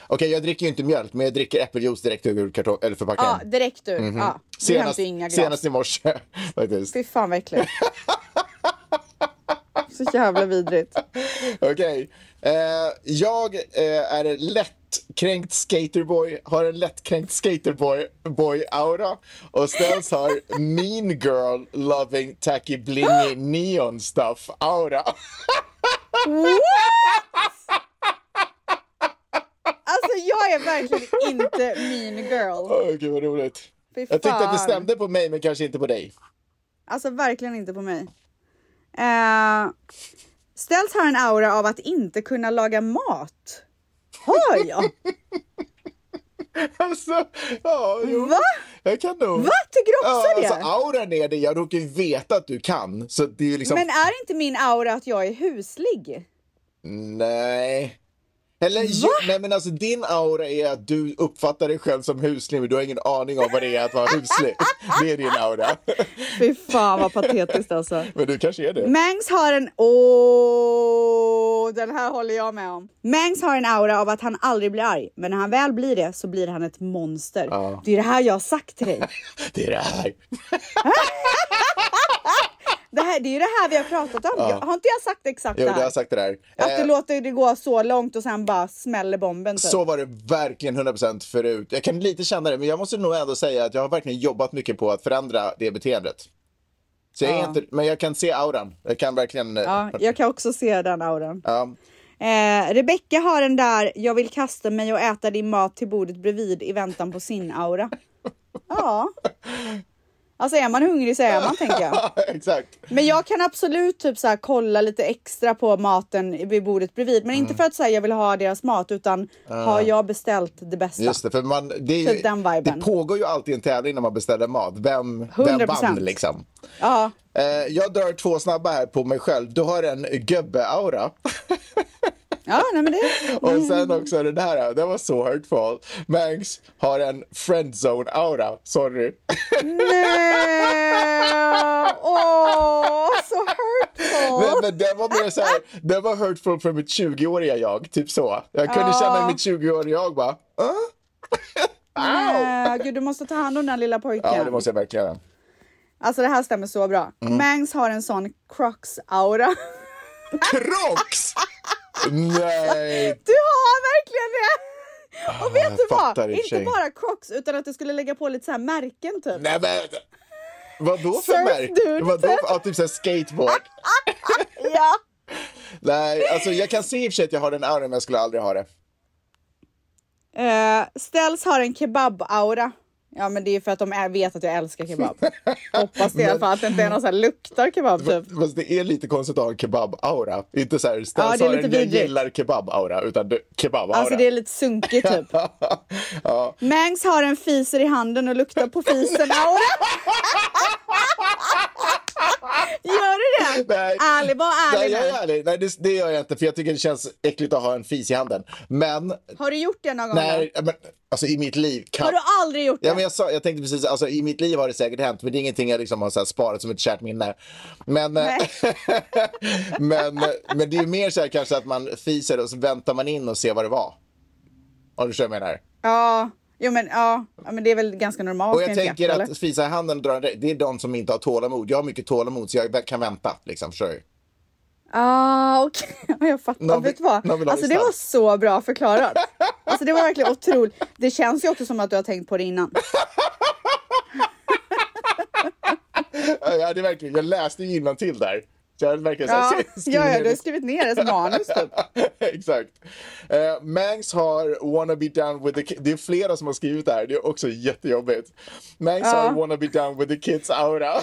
Speaker 1: okej jag dricker ju inte mjölk men jag dricker äppeljuice direkt ur kartong, eller förpackningen.
Speaker 2: Ja, direkt ur. Ja, du
Speaker 1: Mhm. senast,
Speaker 2: hämtar ju inga glas.
Speaker 1: senast i morse faktiskt.
Speaker 2: Fy fan vad äckligt. Så jävla vidrigt.
Speaker 1: Okej. Eh, jag eh, är en lättkränkt skaterboy, har en lättkränkt skaterboy-aura och Stens har mean girl loving tacky blingy neon stuff-aura.
Speaker 2: Alltså jag är verkligen inte mean girl.
Speaker 1: Åh, Gud vad roligt.
Speaker 2: Fy
Speaker 1: Jag tyckte att det
Speaker 2: fan.
Speaker 1: stämde på mig men kanske inte på dig.
Speaker 2: Alltså verkligen inte på mig. Uh, Ställs har en aura av att inte kunna laga mat. Har jag?
Speaker 1: Alltså, ja, jo.
Speaker 2: Va?
Speaker 1: Jag kan nog.
Speaker 2: Va? Tycker du också
Speaker 1: ja,
Speaker 2: det?
Speaker 1: Alltså, auran är det. Jag råkar ju veta att du kan. Så det är ju liksom...
Speaker 2: Men är inte min aura att jag är huslig?
Speaker 1: Nej. Eller ju, nej men alltså din aura är att du uppfattar dig själv som huslig men du har ingen aning om vad det är att vara huslig. Det är din aura.
Speaker 2: Fy fan vad patetiskt alltså.
Speaker 1: Men du kanske är det.
Speaker 2: Mangs har en... Åh, den här håller jag med om. Mangs har en aura av att han aldrig blir arg, men när han väl blir det så blir han ett monster. Det är det här jag har sagt till dig.
Speaker 1: Det är det här.
Speaker 2: Det, här, det är ju det här vi har pratat om. Jag, har inte jag sagt exakt
Speaker 1: Jo,
Speaker 2: det
Speaker 1: du
Speaker 2: här?
Speaker 1: har sagt det där.
Speaker 2: Att du
Speaker 1: Eh,
Speaker 2: låter det gå så långt och sen bara smäller bomben. Typ.
Speaker 1: Så var det verkligen 100% förut. Jag kan lite känna det, men jag måste nog ändå säga att jag har verkligen jobbat mycket på att förändra det beteendet. Så jag är
Speaker 2: Ja.
Speaker 1: inte, men jag kan se auran. Jag kan verkligen... eh,
Speaker 2: Ja, jag kan också se den auran.
Speaker 1: ja.
Speaker 2: Eh, Rebecka har den där jag vill kasta mig och äta din mat till bordet bredvid i väntan på sin aura. Ja. Alltså är man hungrig så är man tänker jag.
Speaker 1: Exakt.
Speaker 2: Men jag kan absolut typ så här kolla lite extra på maten vid bordet bredvid. Men
Speaker 1: Mm.
Speaker 2: inte för att säga jag vill ha deras mat utan har jag beställt det bästa?
Speaker 1: Ah. Just det, för man, det, är ju,
Speaker 2: Typ den viben.
Speaker 1: det pågår ju alltid en tävling när man beställer mat. Vem, vem
Speaker 2: 100%.
Speaker 1: vann liksom?
Speaker 2: Ja,
Speaker 1: Eh, jag drar två snabba här på mig själv. Du har en gubbe-aura.
Speaker 2: ja nej men det.
Speaker 1: Och sen också den här, den var så hurtful. Mangs har en friendzone-aura. Sorry.
Speaker 2: Nej! Åh, så
Speaker 1: Men,
Speaker 2: hurtful!
Speaker 1: men den var mer så här, den var hurtful för mitt 20-åriga jag, typ så. Jag kunde känna i mitt 20-åriga jag bara, "Ah,
Speaker 2: Nej, Gud, du måste ta hand om den lilla pojken.
Speaker 1: ja det måste jag Mm. verkligen. göra."
Speaker 2: Alltså det här stämmer så bra. Mangs har en sån crocs-aura.
Speaker 1: Crocs! Nej!
Speaker 2: Du har verkligen det! Och vet
Speaker 1: Ah, jag
Speaker 2: du
Speaker 1: fattar
Speaker 2: vad?
Speaker 1: i och för sig.
Speaker 2: Inte bara crocs utan att du skulle lägga på lite så här märken typ.
Speaker 1: Nej men! Vadå för
Speaker 2: Surf,
Speaker 1: märk?
Speaker 2: dude.
Speaker 1: Vadå för, ja, typ såhär skateboard.
Speaker 2: Ja.
Speaker 1: Nej, alltså jag kan se i och för sig att jag har den auran men jag skulle aldrig ha det.
Speaker 2: Eh, Ställs har en kebab-aura. Ja men det är för att de är, vet att jag älskar kebab. Hoppas det i alla fall att det inte är någon så här luktar kebab typ.
Speaker 1: Fast det är lite konstigt att ha en kebab-aura. Inte såhär,
Speaker 2: Ja, det är
Speaker 1: jag
Speaker 2: lite vidrigt.
Speaker 1: gillar kebab-aura, utan du- kebab-aura.
Speaker 2: Alltså det är lite sunkigt typ.
Speaker 1: ja.
Speaker 2: Mangs har en fiser i handen och luktar på fisen-aura. Gör du det?
Speaker 1: Nej.
Speaker 2: Ärlig, var
Speaker 1: Nej,
Speaker 2: ärlig
Speaker 1: jag
Speaker 2: nu.
Speaker 1: är ärlig. Nej, det, det gör jag inte, för jag tycker det känns äckligt att ha en fis i handen. Men,
Speaker 2: Har du gjort det någon gång? då?
Speaker 1: när, men alltså i mitt liv kan...
Speaker 2: Har du aldrig gjort det?
Speaker 1: Ja, men jag, sa, jag tänkte precis, alltså, i mitt liv har det säkert hänt, men det är ingenting jag liksom har så här, sparat som ett kärt minne. Men, eh, men, eh, men det är ju mer så här kanske att man fiser och så väntar man in och ser vad det var. Om du förstår vad jag menar.
Speaker 2: Ja, jo, men, ja. ja, men det är väl ganska normalt.
Speaker 1: Och jag
Speaker 2: egentligen,
Speaker 1: tänker
Speaker 2: eller?
Speaker 1: att fisa i handen och dra en re- det är de som inte har tålamod. Jag har mycket tålamod så jag kan vänta. Liksom, förstår du?
Speaker 2: Ah, okej. Ja, Jag fattar.
Speaker 1: Någon
Speaker 2: Vet du
Speaker 1: vill-
Speaker 2: vad?
Speaker 1: någon vill ha
Speaker 2: Alltså,
Speaker 1: det
Speaker 2: det var
Speaker 1: snabbt.
Speaker 2: så bra förklarat. Alltså, det var verkligen otroligt. Det känns ju också som att du har tänkt på det innan.
Speaker 1: Ja, jag, hade verkligen, jag läste ju till där. Så Alltså, jag hade verkligen så
Speaker 2: Ja,
Speaker 1: här,
Speaker 2: ja, ja,
Speaker 1: skrivit-
Speaker 2: du har skrivit ner det som manus typ.
Speaker 1: Exakt. Eh, Mangs har wanna be down with the kids. Det är flera som har skrivit det här. Det är också jättejobbigt. Mangs har wanna be down with the kids aura.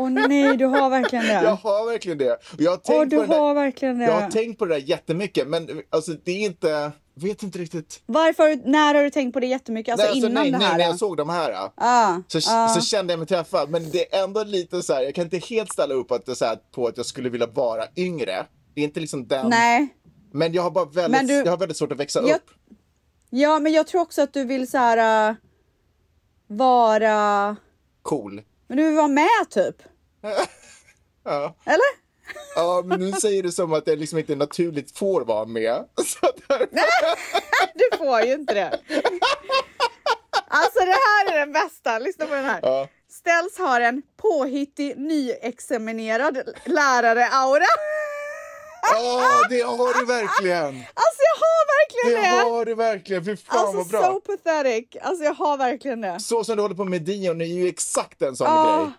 Speaker 2: Åh nej, du har verkligen
Speaker 1: jag
Speaker 2: det.
Speaker 1: har verkligen det. Och Jag har tänkt,
Speaker 2: Åh,
Speaker 1: på
Speaker 2: du
Speaker 1: den där-
Speaker 2: har verkligen
Speaker 1: jag har
Speaker 2: det.
Speaker 1: tänkt på det där jättemycket. Men alltså, det är inte... vet inte riktigt.
Speaker 2: Varför, har du- när har du tänkt på det jättemycket? Alltså,
Speaker 1: alltså,
Speaker 2: innan
Speaker 1: nej,
Speaker 2: det
Speaker 1: nej,
Speaker 2: här?
Speaker 1: när jag såg de här.
Speaker 2: ah,
Speaker 1: Så, så kände jag mig träffad. Men det är ändå lite så här, jag kan inte helt ställa upp att det är så här, på att jag skulle vilja vara yngre. Det är inte liksom den.
Speaker 2: nej.
Speaker 1: Men jag har bara väldigt,
Speaker 2: Men du-
Speaker 1: jag har väldigt svårt att växa
Speaker 2: Jag-
Speaker 1: upp.
Speaker 2: Ja, men jag tror också att du vill så här äh, vara...
Speaker 1: Cool.
Speaker 2: Men du vill vara med typ. Eller?
Speaker 1: Ja, men nu säger du som att jag liksom inte naturligt får vara med. Så att där-
Speaker 2: Du får ju inte det. Alltså det här är den bästa. Lyssna på den här.
Speaker 1: Ja.
Speaker 2: Ställs har en påhittig nyexaminerad lärare-aura.
Speaker 1: Ja, det har du verkligen!
Speaker 2: Alltså jag har
Speaker 1: Det
Speaker 2: verkligen det.
Speaker 1: har du verkligen! Fy fan vad
Speaker 2: Alltså
Speaker 1: bra!
Speaker 2: so pathetic. Alltså jag har verkligen det.
Speaker 1: Så som du håller på med Dion är ju exakt en sån
Speaker 2: Ja.
Speaker 1: grej.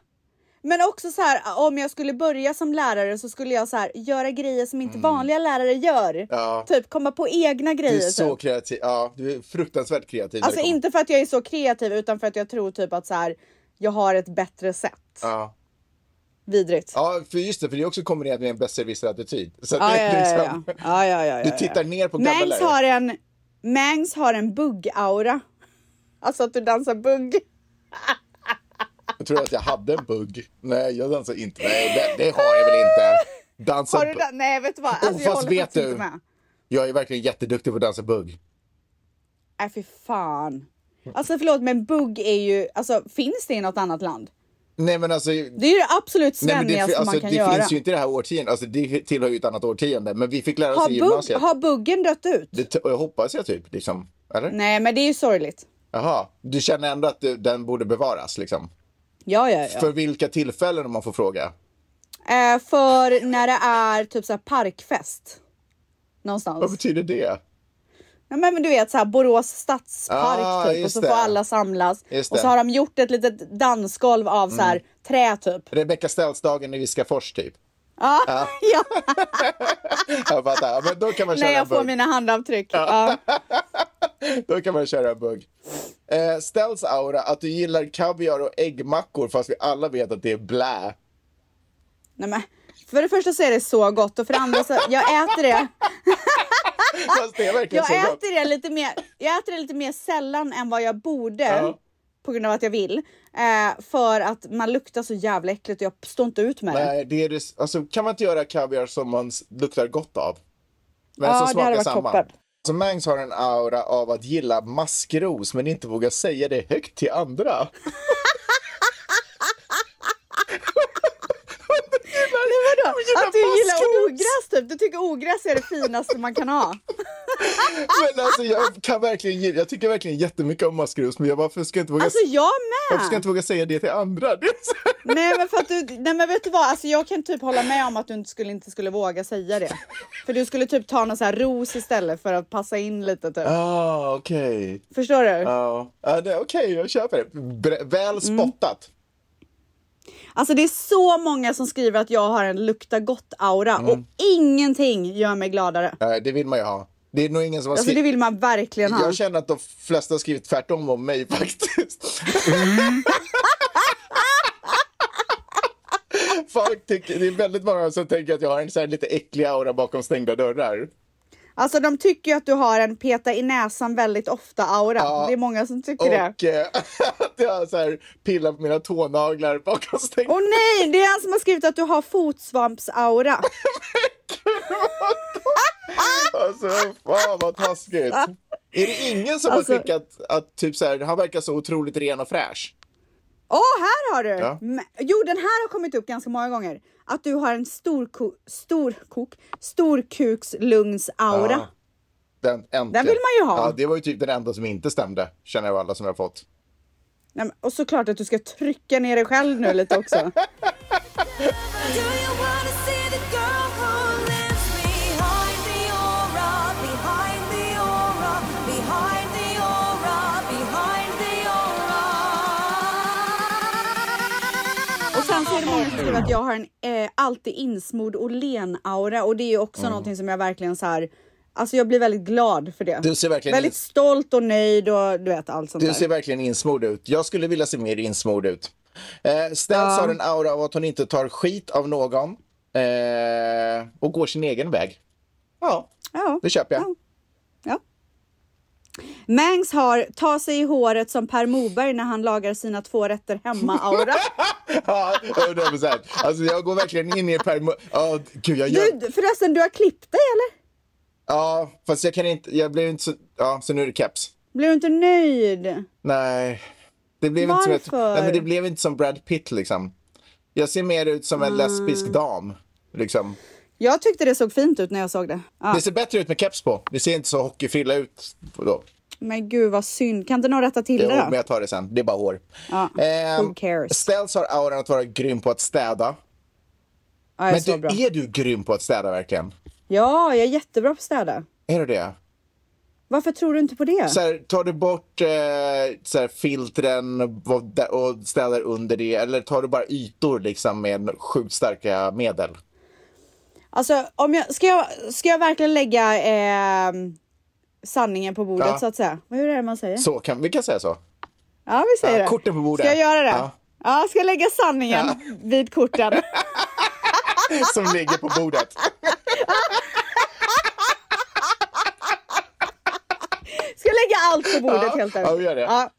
Speaker 2: Men också så här om jag skulle börja som lärare så skulle jag så här göra grejer som inte vanliga lärare gör.
Speaker 1: Mm. Ja.
Speaker 2: Typ komma på egna
Speaker 1: Du
Speaker 2: grejer.
Speaker 1: är så
Speaker 2: typ.
Speaker 1: kreativ. Ja, du är fruktansvärt kreativ. när
Speaker 2: Alltså
Speaker 1: det kommer-
Speaker 2: inte för att jag är så kreativ utan för att jag tror typ att så här jag har ett bättre sätt.
Speaker 1: Ja.
Speaker 2: Vidrigt.
Speaker 1: ja, för just det, för det är också kombinerat med en besserwisser-attityd. Så att
Speaker 2: Ja,
Speaker 1: det är
Speaker 2: ja, ja, ja,
Speaker 1: liksom-
Speaker 2: ja. ja, ja, ja, ja.
Speaker 1: Du tittar ner på gamla
Speaker 2: Mangs
Speaker 1: lärare.
Speaker 2: har en Mangs har en bugg-aura. Alltså att du dansar bugg.
Speaker 1: Jag tror att jag hade en bugg. Nej, jag dansar inte. Nej, det, det har jag väl inte. Dansa
Speaker 2: Har du dan- Nej, vet du vad? Alltså,
Speaker 1: Oh,
Speaker 2: jag
Speaker 1: fast
Speaker 2: håller
Speaker 1: vet
Speaker 2: faktiskt
Speaker 1: du?
Speaker 2: inte med.
Speaker 1: Jag är verkligen jätteduktig på att dansa bugg.
Speaker 2: Nej, Äh, fy fan. Alltså förlåt, men bugg är ju... Alltså, finns det i något annat land?
Speaker 1: Nej men alltså, nej,
Speaker 2: Det är ju det absolut
Speaker 1: men det,
Speaker 2: svennigaste
Speaker 1: alltså,
Speaker 2: man kan
Speaker 1: det
Speaker 2: göra.
Speaker 1: finns ju inte i det här årtiondet. Alltså, det tillhör ju ett annat årtionde. Men vi fick lära oss
Speaker 2: har,
Speaker 1: i
Speaker 2: bugg,
Speaker 1: gymnasiet.
Speaker 2: har buggen dött ut?
Speaker 1: Det, och jag hoppas jag typ, liksom. Eller?
Speaker 2: Nej, men det är ju sorgligt.
Speaker 1: Jaha, du känner ändå att du, den borde bevaras liksom?
Speaker 2: Ja, ja, ja.
Speaker 1: För vilka tillfällen om man får fråga?
Speaker 2: Eh, för när det är typ så här parkfest.
Speaker 1: Vad
Speaker 2: Någonstans.
Speaker 1: betyder det?
Speaker 2: Ja, men men du vet så här Borås stadspark
Speaker 1: Ah,
Speaker 2: typ och
Speaker 1: just
Speaker 2: så
Speaker 1: det.
Speaker 2: får alla samlas.
Speaker 1: Just
Speaker 2: Och så
Speaker 1: det. Mm.
Speaker 2: har de gjort ett litet dansgolv av så här trä typ.
Speaker 1: Rebecka Ställs-dagen i Viskafors typ?
Speaker 2: Ja, ja.
Speaker 1: Jag fattar. Ja, men då kan man köra
Speaker 2: när jag
Speaker 1: en bugg.
Speaker 2: får mina handavtryck. Ja.
Speaker 1: Då kan man köra en bugg. Eh, Ställs aura att du gillar kaviar och äggmackor fast vi alla vet att det är blä.
Speaker 2: Nej, men. För det första så är det så gott och för det andra så jag äter det.
Speaker 1: Fast det är verkligen
Speaker 2: Ah, Jag
Speaker 1: så gott.
Speaker 2: äter, det lite mer, jag äter det lite mer sällan än vad jag borde.
Speaker 1: Ja.
Speaker 2: På grund av att jag vill. Eh, för att man luktar så jävla äckligt och jag står inte ut med det.
Speaker 1: Nej, det är det, alltså, kan man inte göra kaviar som man s- luktar gott av? Men
Speaker 2: Ja,
Speaker 1: som
Speaker 2: det
Speaker 1: smakar
Speaker 2: hade varit
Speaker 1: samma.
Speaker 2: toppen.
Speaker 1: Så Mangs har en aura av att gilla maskros men inte våga säga det högt till
Speaker 2: Ah,
Speaker 1: andra.
Speaker 2: Nej, vadå?
Speaker 1: gillar
Speaker 2: Att du gillar
Speaker 1: maskros.
Speaker 2: ogräs typ? Du tycker ogräs är det finaste man kan ha?
Speaker 1: Men alltså, jag, kan verkligen, gilla- jag tycker verkligen jättemycket om maskros men jag bara, varför ska jag inte våga,
Speaker 2: Alltså jag
Speaker 1: varför ska jag
Speaker 2: med!
Speaker 1: inte våga säga det till andra? Det är så här-
Speaker 2: Nej men, för att du, nej men vet du vad, alltså, jag kan typ hålla med om att du inte skulle, inte skulle våga säga det. För du skulle typ ta någon så här ros istället för att passa in lite typ.
Speaker 1: Ah, okej.
Speaker 2: Förstår du?
Speaker 1: Ja, ja det- okej, jag köper det. Br-
Speaker 2: Mm.
Speaker 1: väl spottat.
Speaker 2: Alltså det är så många som skriver att jag har en lukta gott-aura
Speaker 1: Mm.
Speaker 2: och ingenting gör mig gladare.
Speaker 1: Eh, det vill man ju ha. Det är nog ingen som har
Speaker 2: Alltså det
Speaker 1: skrivit...
Speaker 2: vill man verkligen ha.
Speaker 1: Jag känner att de flesta har skrivit tvärtom om mig faktiskt. Folk tycker, det är väldigt många som tänker att jag har en så här lite äcklig aura bakom stängda dörrar.
Speaker 2: Alltså de tycker ju att du har en peta i näsan väldigt ofta-aura. Det är många som tycker det.
Speaker 1: Och eh, att jag så här pillar på mina tånaglar bakom stängda
Speaker 2: Åh nej, det är en som har skrivit att du har fotsvamps-aura.
Speaker 1: Alltså fan vad taskigt. Är det ingen som
Speaker 2: Alltså-
Speaker 1: har skickat att typ så här, han verkar så otroligt ren och fräsch?
Speaker 2: Åh, här har du!
Speaker 1: Ja.
Speaker 2: Men- Jo, den här har kommit upp ganska många gånger. Att du har en storkok, storkok, storkukslugns-aura.
Speaker 1: Ja. Den, äntligen.
Speaker 2: Den vill man ju ha.
Speaker 1: Ja, det var ju typ den enda som inte stämde, känner jag av alla som jag har fått.
Speaker 2: Nej, men- Och såklart att du ska trycka ner dig själv nu lite också. Och sen så är det många som skriver att jag har en eh, alltid insmord Åhlén-aura och det är ju
Speaker 1: Mm.
Speaker 2: också någonting som jag verkligen så här. Alltså jag blir väldigt glad för det.
Speaker 1: Du ser verkligen
Speaker 2: väldigt
Speaker 1: in-
Speaker 2: stolt och nöjd och du vet allt sånt
Speaker 1: Du
Speaker 2: där.
Speaker 1: ser verkligen insmord ut. Jag skulle vilja se mer insmord ut. Eh, Stens har en aura av att hon inte tar skit av någon eh, och går sin egen väg. Ja,
Speaker 2: Ja.
Speaker 1: det köper jag.
Speaker 2: Ja. Ja. Mangs har ta sig i håret som Per Moberg när han lagar sina två rätter hemma-aura.
Speaker 1: Ja, 100 procent. Alltså jag går verkligen in i per... Ja, gud jag gör...
Speaker 2: Du, förresten, du har klippt dig eller?
Speaker 1: Ja, fast jag kan inte... Jag blev inte så... Ja, så nu är det keps.
Speaker 2: Blir du inte nöjd?
Speaker 1: Nej. Det blev Inte som
Speaker 2: Varför?
Speaker 1: ett, nej, men det blev inte som Brad Pitt liksom. Jag ser mer ut som
Speaker 2: Mm.
Speaker 1: en lesbisk dam. Liksom.
Speaker 2: Jag tyckte det såg fint ut när jag såg det. Ja.
Speaker 1: Det ser bättre ut med keps på. Det ser inte så hockeyfrilla ut då.
Speaker 2: Men gud vad synd. Kan inte någon rätta till
Speaker 1: Jo,
Speaker 2: det
Speaker 1: men
Speaker 2: då?
Speaker 1: jag tar det sen. Det är bara hår.
Speaker 2: Ja,
Speaker 1: Ehm,
Speaker 2: who cares?
Speaker 1: Ställs har auran att vara grym på att städa.
Speaker 2: Ja, jag
Speaker 1: Men
Speaker 2: är så
Speaker 1: du,
Speaker 2: bra.
Speaker 1: är du grym på att städa verkligen?
Speaker 2: Ja, jag är jättebra på att städa.
Speaker 1: Är du det?
Speaker 2: Varför tror du inte på det?
Speaker 1: Så här, tar du bort eh, så här, filtren och- och städar under det eller tar du bara ytor liksom, med sjukt starka medel?
Speaker 2: Alltså, om jag, ska, jag, ska jag verkligen lägga eh, sanningen på bordet
Speaker 1: Ja.
Speaker 2: så att säga? Hur är det man säger?
Speaker 1: Så kan, vi kan säga så.
Speaker 2: Ja, vi säger
Speaker 1: Ja,
Speaker 2: det.
Speaker 1: korten på bordet.
Speaker 2: Ska jag göra det?
Speaker 1: Ja.
Speaker 2: Ja, ska jag lägga sanningen vid korten?
Speaker 1: som ligger på bordet.
Speaker 2: Ska jag lägga allt på bordet
Speaker 1: Ja,
Speaker 2: helt
Speaker 1: ja, vi gör det.
Speaker 2: Ja.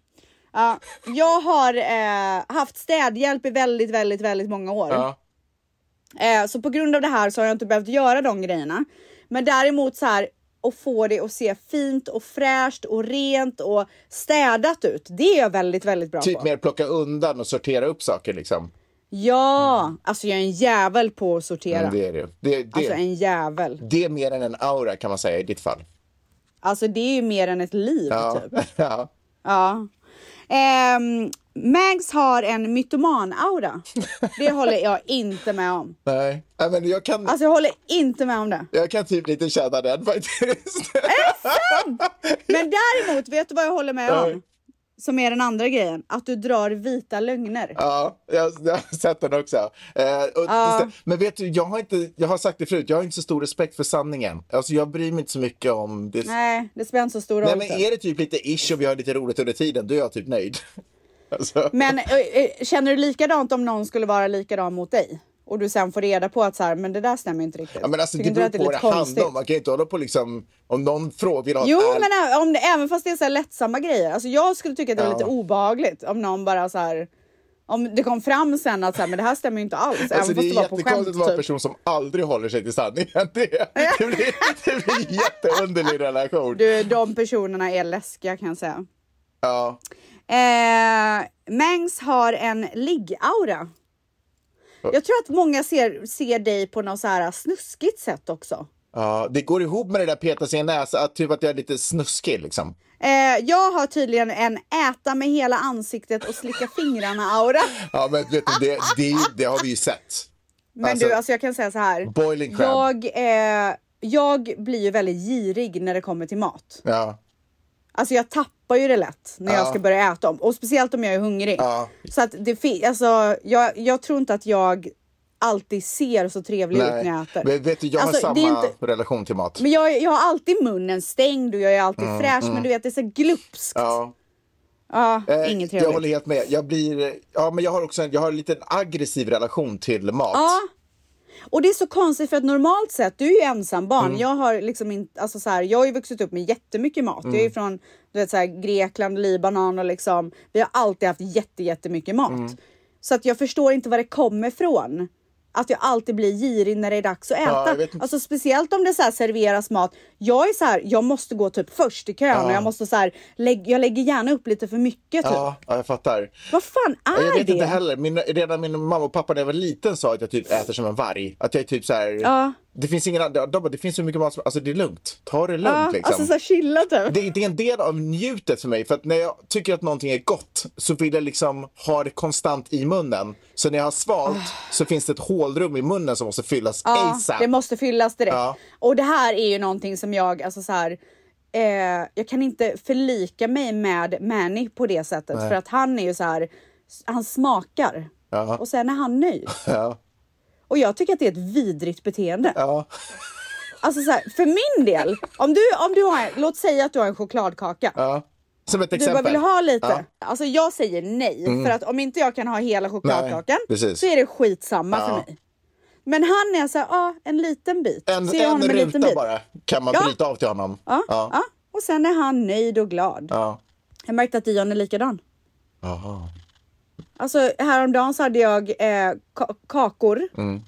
Speaker 2: Ja. Jag har eh, haft städhjälp i väldigt, väldigt, väldigt många år.
Speaker 1: Ja.
Speaker 2: Eh, så på grund av det här så har jag inte behövt göra de grejerna. Men däremot så här, och få det att se fint och fräscht och rent och städat ut. Det är jag väldigt, väldigt bra
Speaker 1: Typ
Speaker 2: på.
Speaker 1: mer plocka undan och sortera upp saker liksom.
Speaker 2: Ja, alltså jag är en jävel på att sortera.
Speaker 1: Men Mm, det är det ju. Det, det,
Speaker 2: Alltså en jävel.
Speaker 1: det är mer än en aura kan man säga i ditt fall.
Speaker 2: Alltså det är ju mer än ett liv
Speaker 1: Ja.
Speaker 2: typ.
Speaker 1: ja.
Speaker 2: Ja. Ehm, Mags har en mytoman-aura. Det håller jag inte med om.
Speaker 1: Nej. Nej, men jag kan,
Speaker 2: Alltså jag håller inte med om det.
Speaker 1: jag kan typ lite känna den faktiskt.
Speaker 2: Äh! Men däremot, vet du vad jag håller med
Speaker 1: Nej.
Speaker 2: om? Som är den andra grejen. Att du drar vita lögner.
Speaker 1: Ja, jag, jag har sett den också. Eh, och,
Speaker 2: Ja.
Speaker 1: Men vet du, jag har, inte, jag har sagt det förut, jag har inte så stor respekt för sanningen. Alltså jag bryr mig inte så mycket om det. Nej,
Speaker 2: Nej, det spelar inte så stor roll.
Speaker 1: men
Speaker 2: sen.
Speaker 1: är det typ lite ish och vi har lite roligt under tiden, då är jag typ nöjd. Alltså,
Speaker 2: Men eh, eh, känner du likadant om någon skulle vara likadan mot dig? Och du sen får reda på att så här, men det där stämmer inte riktigt.
Speaker 1: ja, men alltså,
Speaker 2: Tycker
Speaker 1: det
Speaker 2: inte du
Speaker 1: beror
Speaker 2: att
Speaker 1: på vad det
Speaker 2: lite
Speaker 1: handlar
Speaker 2: konstigt?
Speaker 1: om. Man kan ju inte hålla på liksom, om någon frågar vill ha
Speaker 2: Jo,
Speaker 1: ett ärl-
Speaker 2: men ä- om det, även fast det är så här lättsamma grejer. Alltså jag skulle tycka att det var
Speaker 1: Ja.
Speaker 2: lite obehagligt om någon bara så här. Om det kom fram sen att så här, men det här stämmer ju inte alls.
Speaker 1: Alltså,
Speaker 2: även
Speaker 1: det
Speaker 2: fast
Speaker 1: är
Speaker 2: det var på
Speaker 1: jättekonstigt att vara en
Speaker 2: skämt. Typ.
Speaker 1: person som aldrig håller sig till sanningen. Det, det, blir, det blir en jätteunderlig relation.
Speaker 2: Du, de personerna är läskiga kan jag säga.
Speaker 1: Ja.
Speaker 2: Eh, Mangs har en ligg-aura. Jag tror att många ser, ser dig på något så här snuskigt sätt också.
Speaker 1: Ja, det går ihop med det där peta sig i näsa, att typ att jag är lite snuskig liksom.
Speaker 2: Eh, jag har tydligen en äta med hela ansiktet och slicka fingrarna-aura.
Speaker 1: Ja, men vet du, det, det, det har vi ju sett.
Speaker 2: Men
Speaker 1: Alltså,
Speaker 2: du, alltså jag kan säga så här.
Speaker 1: boiling crab.
Speaker 2: jag, eh, jag blir ju väldigt girig när det kommer till mat.
Speaker 1: Ja,
Speaker 2: Alltså jag tappar ju det lätt när jag ska börja äta om. Och speciellt om jag är hungrig.
Speaker 1: Ja.
Speaker 2: Så att det finns, alltså jag, jag tror inte att jag alltid ser så trevlig ut när jag
Speaker 1: nej.
Speaker 2: äter.
Speaker 1: Men vet du, jag har
Speaker 2: Alltså, det är
Speaker 1: samma
Speaker 2: inte-
Speaker 1: relation till mat.
Speaker 2: Men jag, jag har alltid munnen stängd och jag är alltid fräsch men du vet det är så glupskt.
Speaker 1: Mm, Ja.
Speaker 2: Ja,
Speaker 1: Eh,
Speaker 2: inget
Speaker 1: jag
Speaker 2: trevligt.
Speaker 1: håller helt med. Jag blir, ja men jag har också en, jag har en liten aggressiv relation till mat.
Speaker 2: Ja. Och det är så konstigt för att normalt sett, du är ju ensambarn.
Speaker 1: Mm.
Speaker 2: Jag har liksom inte, alltså så här, jag har ju vuxit upp med jättemycket mat.
Speaker 1: Mm.
Speaker 2: Jag är ju från du vet, så här, Grekland, Libanon och liksom, vi har alltid haft jätte, jättemycket mat.
Speaker 1: Mm.
Speaker 2: Så att jag förstår inte var det kommer ifrån. Att jag alltid blir girig när det är dags att
Speaker 1: jag
Speaker 2: äta.
Speaker 1: vet inte.
Speaker 2: alltså speciellt om det så här serveras mat. Jag är så här, jag måste gå typ först i kön och jag måste så här, lägg, jag lägger gärna upp lite för mycket typ.
Speaker 1: Ja, ja, jag fattar.
Speaker 2: Vad fan är
Speaker 1: jag vet
Speaker 2: det?
Speaker 1: inte heller. Min, redan min mamma och pappa när jag var liten sa att jag typ äter som en varg. Att jag är typ så här,
Speaker 2: Ja.
Speaker 1: det finns ingen annan, de bara, det finns så mycket mat som, alltså det är lugnt. Ta det lugnt
Speaker 2: Ja,
Speaker 1: liksom.
Speaker 2: Alltså så här, chilla typ.
Speaker 1: det, det är en del av njutet för mig, för att när jag tycker att någonting är gott så vill jag liksom ha det konstant i munnen. Så när jag har svalt så finns det ett hålrum i munnen som måste fyllas
Speaker 2: Ah. Ja,
Speaker 1: ASAP.
Speaker 2: det måste fyllas direkt.
Speaker 1: Ja.
Speaker 2: Och det här är ju någonting som jag, alltså så här, eh, jag kan inte förlika mig med Manny på det sättet för att han är ju så här, han smakar
Speaker 1: Ja.
Speaker 2: och sen är han nöjd.
Speaker 1: Ja.
Speaker 2: Och jag tycker att det är ett vidrigt beteende.
Speaker 1: Ja.
Speaker 2: Alltså så här, för min del, om du, om du har, låt säga att du har en chokladkaka.
Speaker 1: Ja. Som ett
Speaker 2: Du bara
Speaker 1: exempel.
Speaker 2: vill ha lite.
Speaker 1: Ja. Mm.
Speaker 2: Alltså jag säger nej för att om inte jag kan ha hela chokladkakan
Speaker 1: Nej, precis.
Speaker 2: så är det skitsamma
Speaker 1: Ja.
Speaker 2: för mig. Men han är så här, ah, en liten bit.
Speaker 1: En,
Speaker 2: så jag
Speaker 1: en
Speaker 2: honom
Speaker 1: ruta
Speaker 2: liten bit.
Speaker 1: bara kan man
Speaker 2: Ja.
Speaker 1: bryta av till honom.
Speaker 2: Ja,
Speaker 1: Ja.
Speaker 2: ja. Och sen är han nöjd och glad.
Speaker 1: Ja.
Speaker 2: Jag märkte att Dion är likadan.
Speaker 1: Jaha.
Speaker 2: Alltså häromdagen så hade jag eh, ka- kakor.
Speaker 1: Mm.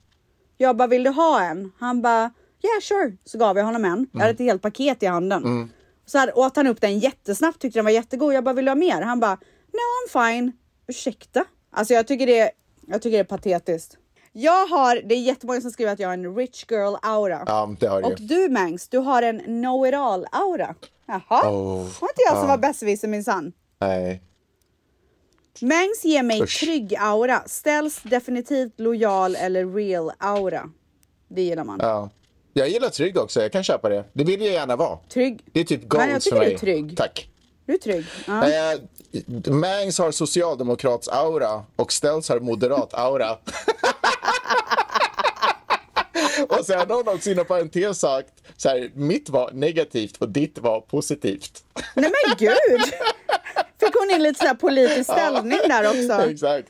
Speaker 2: Jag bara, vill du ha en? Han bara, yeah sure. Så gav jag honom en. Jag hade ett
Speaker 1: Mm.
Speaker 2: helt paket i handen. Så här, åt han upp den jättesnabbt, tyckte den var jättegod. Jag bara, vill du ha mer? Han bara, no I'm fine. Ursäkta? Alltså jag tycker det, jag tycker det är patetiskt. Jag har, det är jättemånga som skriver att jag har en rich girl aura.
Speaker 1: Ja, det har du
Speaker 2: Och
Speaker 1: ju.
Speaker 2: du Mangs, du har en know it all aura. Jaha,
Speaker 1: Oh,
Speaker 2: var inte jag som var besserwisser minsann.
Speaker 1: Nej.
Speaker 2: Mangs ger mig
Speaker 1: Usch.
Speaker 2: trygg aura. Ställs definitivt lojal eller real aura. Det gillar man.
Speaker 1: Ja. Jag gillar trygg också, jag kan köpa det. Det vill jag gärna vara.
Speaker 2: Trygg.
Speaker 1: Det är typ
Speaker 2: jag
Speaker 1: goals
Speaker 2: tycker
Speaker 1: för
Speaker 2: du är
Speaker 1: mig.
Speaker 2: trygg.
Speaker 1: Tack.
Speaker 2: Du är trygg. Ja.
Speaker 1: Eh, Mangs har socialdemokrats aura och Stells har moderat aura. och sen har hon också inom parentes sagt så här, mitt var negativt och ditt var positivt.
Speaker 2: Nej men gud! Fick hon in lite så här politisk ställning där också.
Speaker 1: Exakt.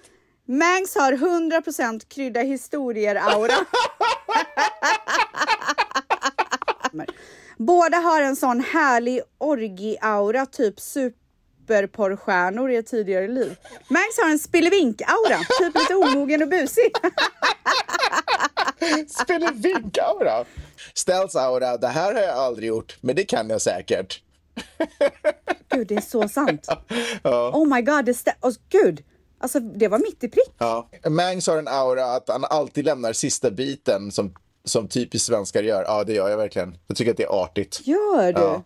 Speaker 2: Mangs har 100% krydda historier-aura. Båda har en sån härlig orgi-aura, typ superporrstjärnor i ett tidigare liv. Ah, Mangs har en spillevink-aura, typ lite omogen och busig.
Speaker 1: Spelar vinkaura? Ställs aura, det här har jag aldrig gjort, men det kan jag säkert.
Speaker 2: Gud, det är så sant. Oh my god, det stä- oh, Gud. Alltså, det var mitt i prick.
Speaker 1: Ja. Mangs har en aura att han alltid lämnar sista biten som, som typiskt svenskar gör. Ja, det gör jag verkligen. Jag tycker att det är artigt.
Speaker 2: Gör du?
Speaker 1: Ja.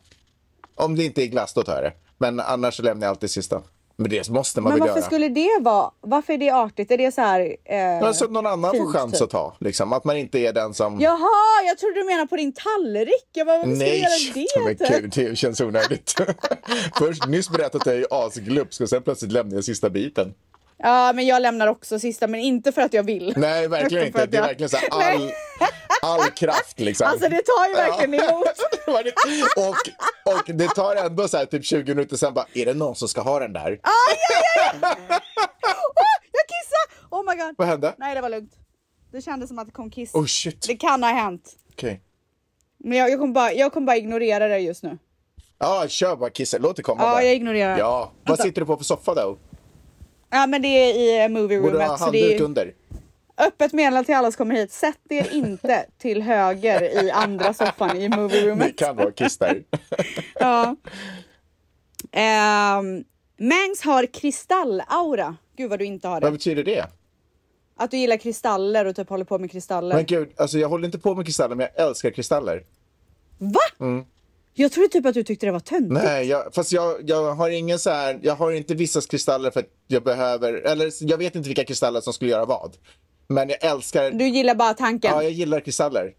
Speaker 1: Om det inte är glass, då tar jag det. Men annars så lämnar jag alltid sista. Men det måste man
Speaker 2: Men
Speaker 1: väl
Speaker 2: varför
Speaker 1: göra?
Speaker 2: skulle det vara? Varför är det artigt? Är det så här? Eh...
Speaker 1: Men så att någon annan får
Speaker 2: Fint,
Speaker 1: chans
Speaker 2: typ.
Speaker 1: att ta. Liksom. Att man inte är den som...
Speaker 2: Jaha, jag trodde du menade på din tallrik. Jag bara, varför ska jag
Speaker 1: Nej,
Speaker 2: göra det?
Speaker 1: men
Speaker 2: typ?
Speaker 1: gud, det känns onödigt. Först nyss berättade att jag är asglupsk och sen plötsligt lämnade jag sista biten.
Speaker 2: Ja, men jag lämnar också sista, men inte för att jag vill.
Speaker 1: Nej, verkligen inte. Det är verkligen så här all,
Speaker 2: Nej.
Speaker 1: all kraft liksom.
Speaker 2: Alltså det tar ju verkligen emot.
Speaker 1: Det var det. och, och det tar ändå så här typ 20 minuter sen bara, är det någon som ska ha den där?
Speaker 2: Åh, jag kissade! Oh my god.
Speaker 1: Vad hände?
Speaker 2: Nej, det var lugnt. Det kändes som att det kom kiss.
Speaker 1: Oh shit.
Speaker 2: Det kan ha hänt.
Speaker 1: Okej.
Speaker 2: Men jag, jag kommer bara, jag kommer bara ignorera det just nu.
Speaker 1: Ja, kör bara kissen. Låt det komma
Speaker 2: Ja,
Speaker 1: bara.
Speaker 2: jag ignorerar.
Speaker 1: Ja, vad sitter du på för soffa då?
Speaker 2: Ja, men det är i eh, movie
Speaker 1: Borde du ha
Speaker 2: roomet. Så det
Speaker 1: handduk
Speaker 2: är
Speaker 1: under?
Speaker 2: öppet meddelande till alla som kommer hit. Sätt er inte till höger i andra soffan i movie
Speaker 1: Det
Speaker 2: roomet.
Speaker 1: kan vara kiss där.
Speaker 2: Ja. Ehm, Mangs har kristallaura. Gud vad du inte har
Speaker 1: vad
Speaker 2: det.
Speaker 1: betyder det?
Speaker 2: Att du gillar kristaller och typ håller på med kristaller.
Speaker 1: Men gud, alltså jag håller inte på med kristaller, men jag älskar kristaller.
Speaker 2: Va? Jag trodde typ att du tyckte det var töntigt.
Speaker 1: Mm. Nej, jag, fast jag, jag har ingen så här, jag har inte vissa kristaller för att jag behöver, eller jag vet inte vilka kristaller som skulle göra vad. Men jag älskar,
Speaker 2: Du gillar bara tanken.
Speaker 1: ja jag gillar kristaller.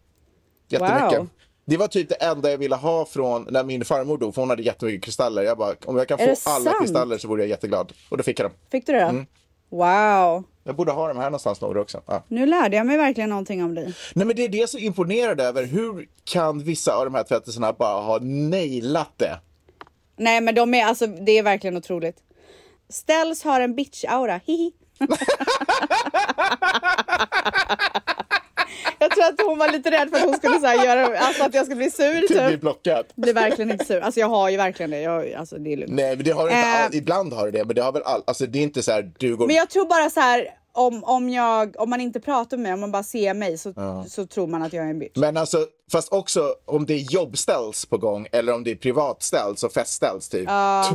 Speaker 1: Jättemycket.
Speaker 2: Wow.
Speaker 1: Det var typ det enda jag ville ha från när min farmor dog, för hon hade jättemycket kristaller. Jag bara, om jag kan
Speaker 2: Är
Speaker 1: få
Speaker 2: det
Speaker 1: alla
Speaker 2: sant?
Speaker 1: kristaller så vore jag jätteglad. Och då fick jag dem.
Speaker 2: Fick du det då?
Speaker 1: Mm.
Speaker 2: Wow.
Speaker 1: Jag borde ha dem här någonstans Nora också. Ja.
Speaker 2: Nu lärde jag mig verkligen någonting om dig.
Speaker 1: Nej men det är det som imponerar över, hur kan vissa av de här tvättisarna bara ha nailat det?
Speaker 2: Nej men de är alltså, det är verkligen otroligt. Ställs har en bitch-aura, hihi. jag tror att hon var lite rädd för att hon skulle så här göra, alltså att jag skulle bli sur
Speaker 1: Typ blir
Speaker 2: typ.
Speaker 1: blockat.
Speaker 2: Blir verkligen inte sur. Alltså jag har ju verkligen det. Jag, alltså det är lugnt.
Speaker 1: Nej, men det har det inte
Speaker 2: Eh.
Speaker 1: all... ibland har det det, men det har väl all... alltså det är inte så här du går
Speaker 2: Men jag tror bara så här om, om, jag, om man inte pratar med mig, om man bara ser mig så, så tror man att jag är en bitch.
Speaker 1: Men alltså, fast också om det är jobbställs på gång eller om det är privatställs och festställs typ.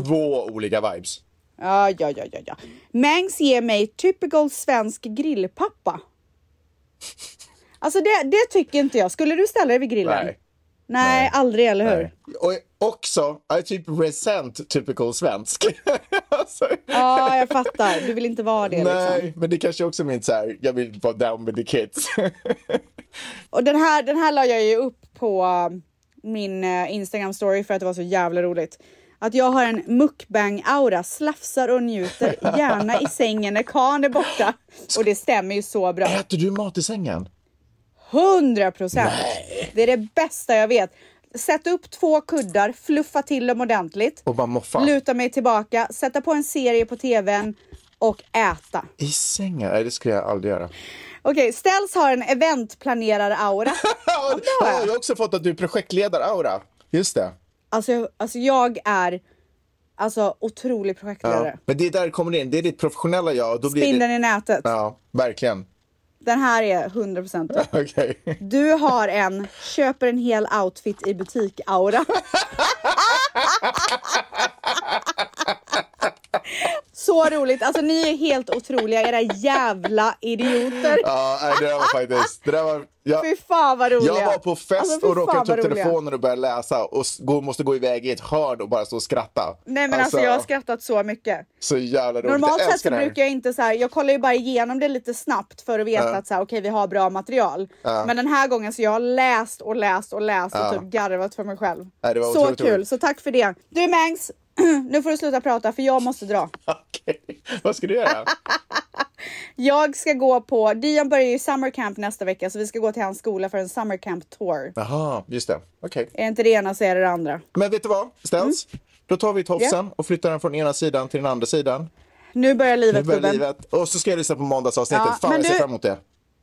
Speaker 1: Två olika vibes.
Speaker 2: Ja, ja, ja, ja, ja. Mangs ger mig typical svensk grillpappa. Alltså det, det tycker inte jag. Skulle du ställa dig vid grillen?
Speaker 1: Nej.
Speaker 2: Nej, aldrig, eller hur?
Speaker 1: Och också, jag är typ resent typical svensk. alltså,
Speaker 2: Ja, jag fattar. Du vill inte vara det
Speaker 1: nej,
Speaker 2: liksom.
Speaker 1: men det kanske också är min så här, jag vill vara down with the kids.
Speaker 2: Och den här, den här la jag ju upp på um, min eh, Instagram story för att det var så jävla roligt. Att jag har en mukbang-aura, slafsar och njuter, gärna i sängen när karln är borta. Och det stämmer ju så bra.
Speaker 1: Äter du mat i sängen?
Speaker 2: 100 procent. Det är det bästa jag vet. Sätt upp två kuddar, fluffa till dem ordentligt,
Speaker 1: Och bara moffa?
Speaker 2: luta mig tillbaka, sätta på en serie på tvn och äta.
Speaker 1: I sängen? Nej, det skulle jag aldrig göra.
Speaker 2: Okej, Ställs har en eventplanerare-aura.
Speaker 1: Ja,
Speaker 2: har jag.
Speaker 1: jag har också fått att du är projektledare-aura. Just det.
Speaker 2: alltså, jag- alltså jag är alltså, otrolig projektledare.
Speaker 1: Men det är där det kommer in, det är ditt professionella jag. och Då blir
Speaker 2: Spindeln
Speaker 1: det...
Speaker 2: i nätet.
Speaker 1: Ja, verkligen.
Speaker 2: Den här är 100 procent.
Speaker 1: Okej.
Speaker 2: Du har en köper en hel outfit i butik-aura. Så roligt! Alltså ni är helt otroliga, era jävla idioter.
Speaker 1: Ja, nej, det där var faktiskt... Det där var,
Speaker 2: Fy
Speaker 1: jag,
Speaker 2: fan vad roliga.
Speaker 1: jag var på fest
Speaker 2: Alltså, fy
Speaker 1: och
Speaker 2: fan
Speaker 1: råkade ta
Speaker 2: vad
Speaker 1: upp
Speaker 2: roliga.
Speaker 1: telefonen och börja läsa och s- gå, måste gå iväg i ett hörn och bara stå och skratta.
Speaker 2: Nej men alltså, jag har skrattat så mycket.
Speaker 1: Så jävla roligt.
Speaker 2: Normalt
Speaker 1: jag
Speaker 2: sett så
Speaker 1: älskar det här.
Speaker 2: brukar jag inte så här, jag kollar ju bara igenom det lite snabbt för att veta att så här, okej vi har bra material. Men den här gången så jag har läst och läst och läst och typ garvat för mig själv.
Speaker 1: Nej, det var
Speaker 2: så
Speaker 1: otroligt
Speaker 2: kul,
Speaker 1: roligt.
Speaker 2: så tack för det. Du Mangs, nu får du sluta prata för jag måste dra.
Speaker 1: Okej. Vad ska du göra?
Speaker 2: Jag ska gå på, Dion börjar ju summer camp nästa vecka så vi ska gå till hans skola för en summer camp tour.
Speaker 1: Jaha, just det. Okej.
Speaker 2: Är inte det ena så är det det andra.
Speaker 1: Men vet du vad, Stens?
Speaker 2: Mm.
Speaker 1: Då tar vi tofsen och flyttar den från ena sidan till den andra sidan.
Speaker 2: Nu börjar
Speaker 1: Nu
Speaker 2: livet
Speaker 1: börjar
Speaker 2: gubben.
Speaker 1: livet. Och så ska jag lyssna på måndagsavsnittet.
Speaker 2: Ja,
Speaker 1: Fan,
Speaker 2: men
Speaker 1: jag ser
Speaker 2: du-
Speaker 1: fram emot det.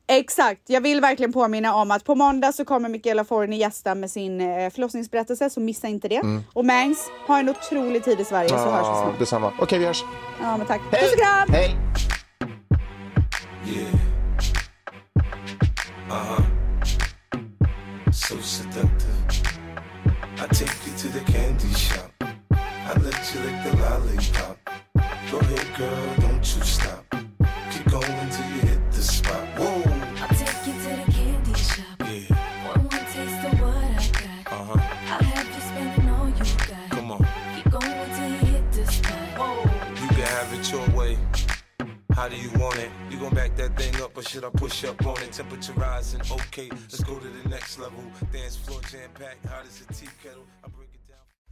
Speaker 2: Exakt, jag vill verkligen påminna om att på måndag så kommer Michaela Forni gästa med sin eh, förlossningsberättelse så missa inte det. Och Mangs, ha en otrolig tid i Sverige så hörs vi
Speaker 1: Ja,
Speaker 2: snart.
Speaker 1: detsamma. Okej, vi hörs.
Speaker 2: Ja men tack. Puss och kram!
Speaker 1: Hej!
Speaker 3: Yeah. Uh huh.
Speaker 5: I take you to the candy shop. I let you lick the lollipop. Go ahead, girl, don't you stop. Keep going till you hit the spot. Whoa,
Speaker 9: I'll take you to the candy shop.
Speaker 5: yeah,
Speaker 9: One more taste of what I got.
Speaker 5: uh huh.
Speaker 9: I'll have you spending all you got.
Speaker 5: Come on,
Speaker 9: Keep going till you hit the spot. Whoa.
Speaker 5: you can have it your way. How do you want it? You gon' back that thing up, or should I push up on it? Temperature rising, okay. Let's go to the next level. Dance floor jam packed, hot as a tea kettle. I break it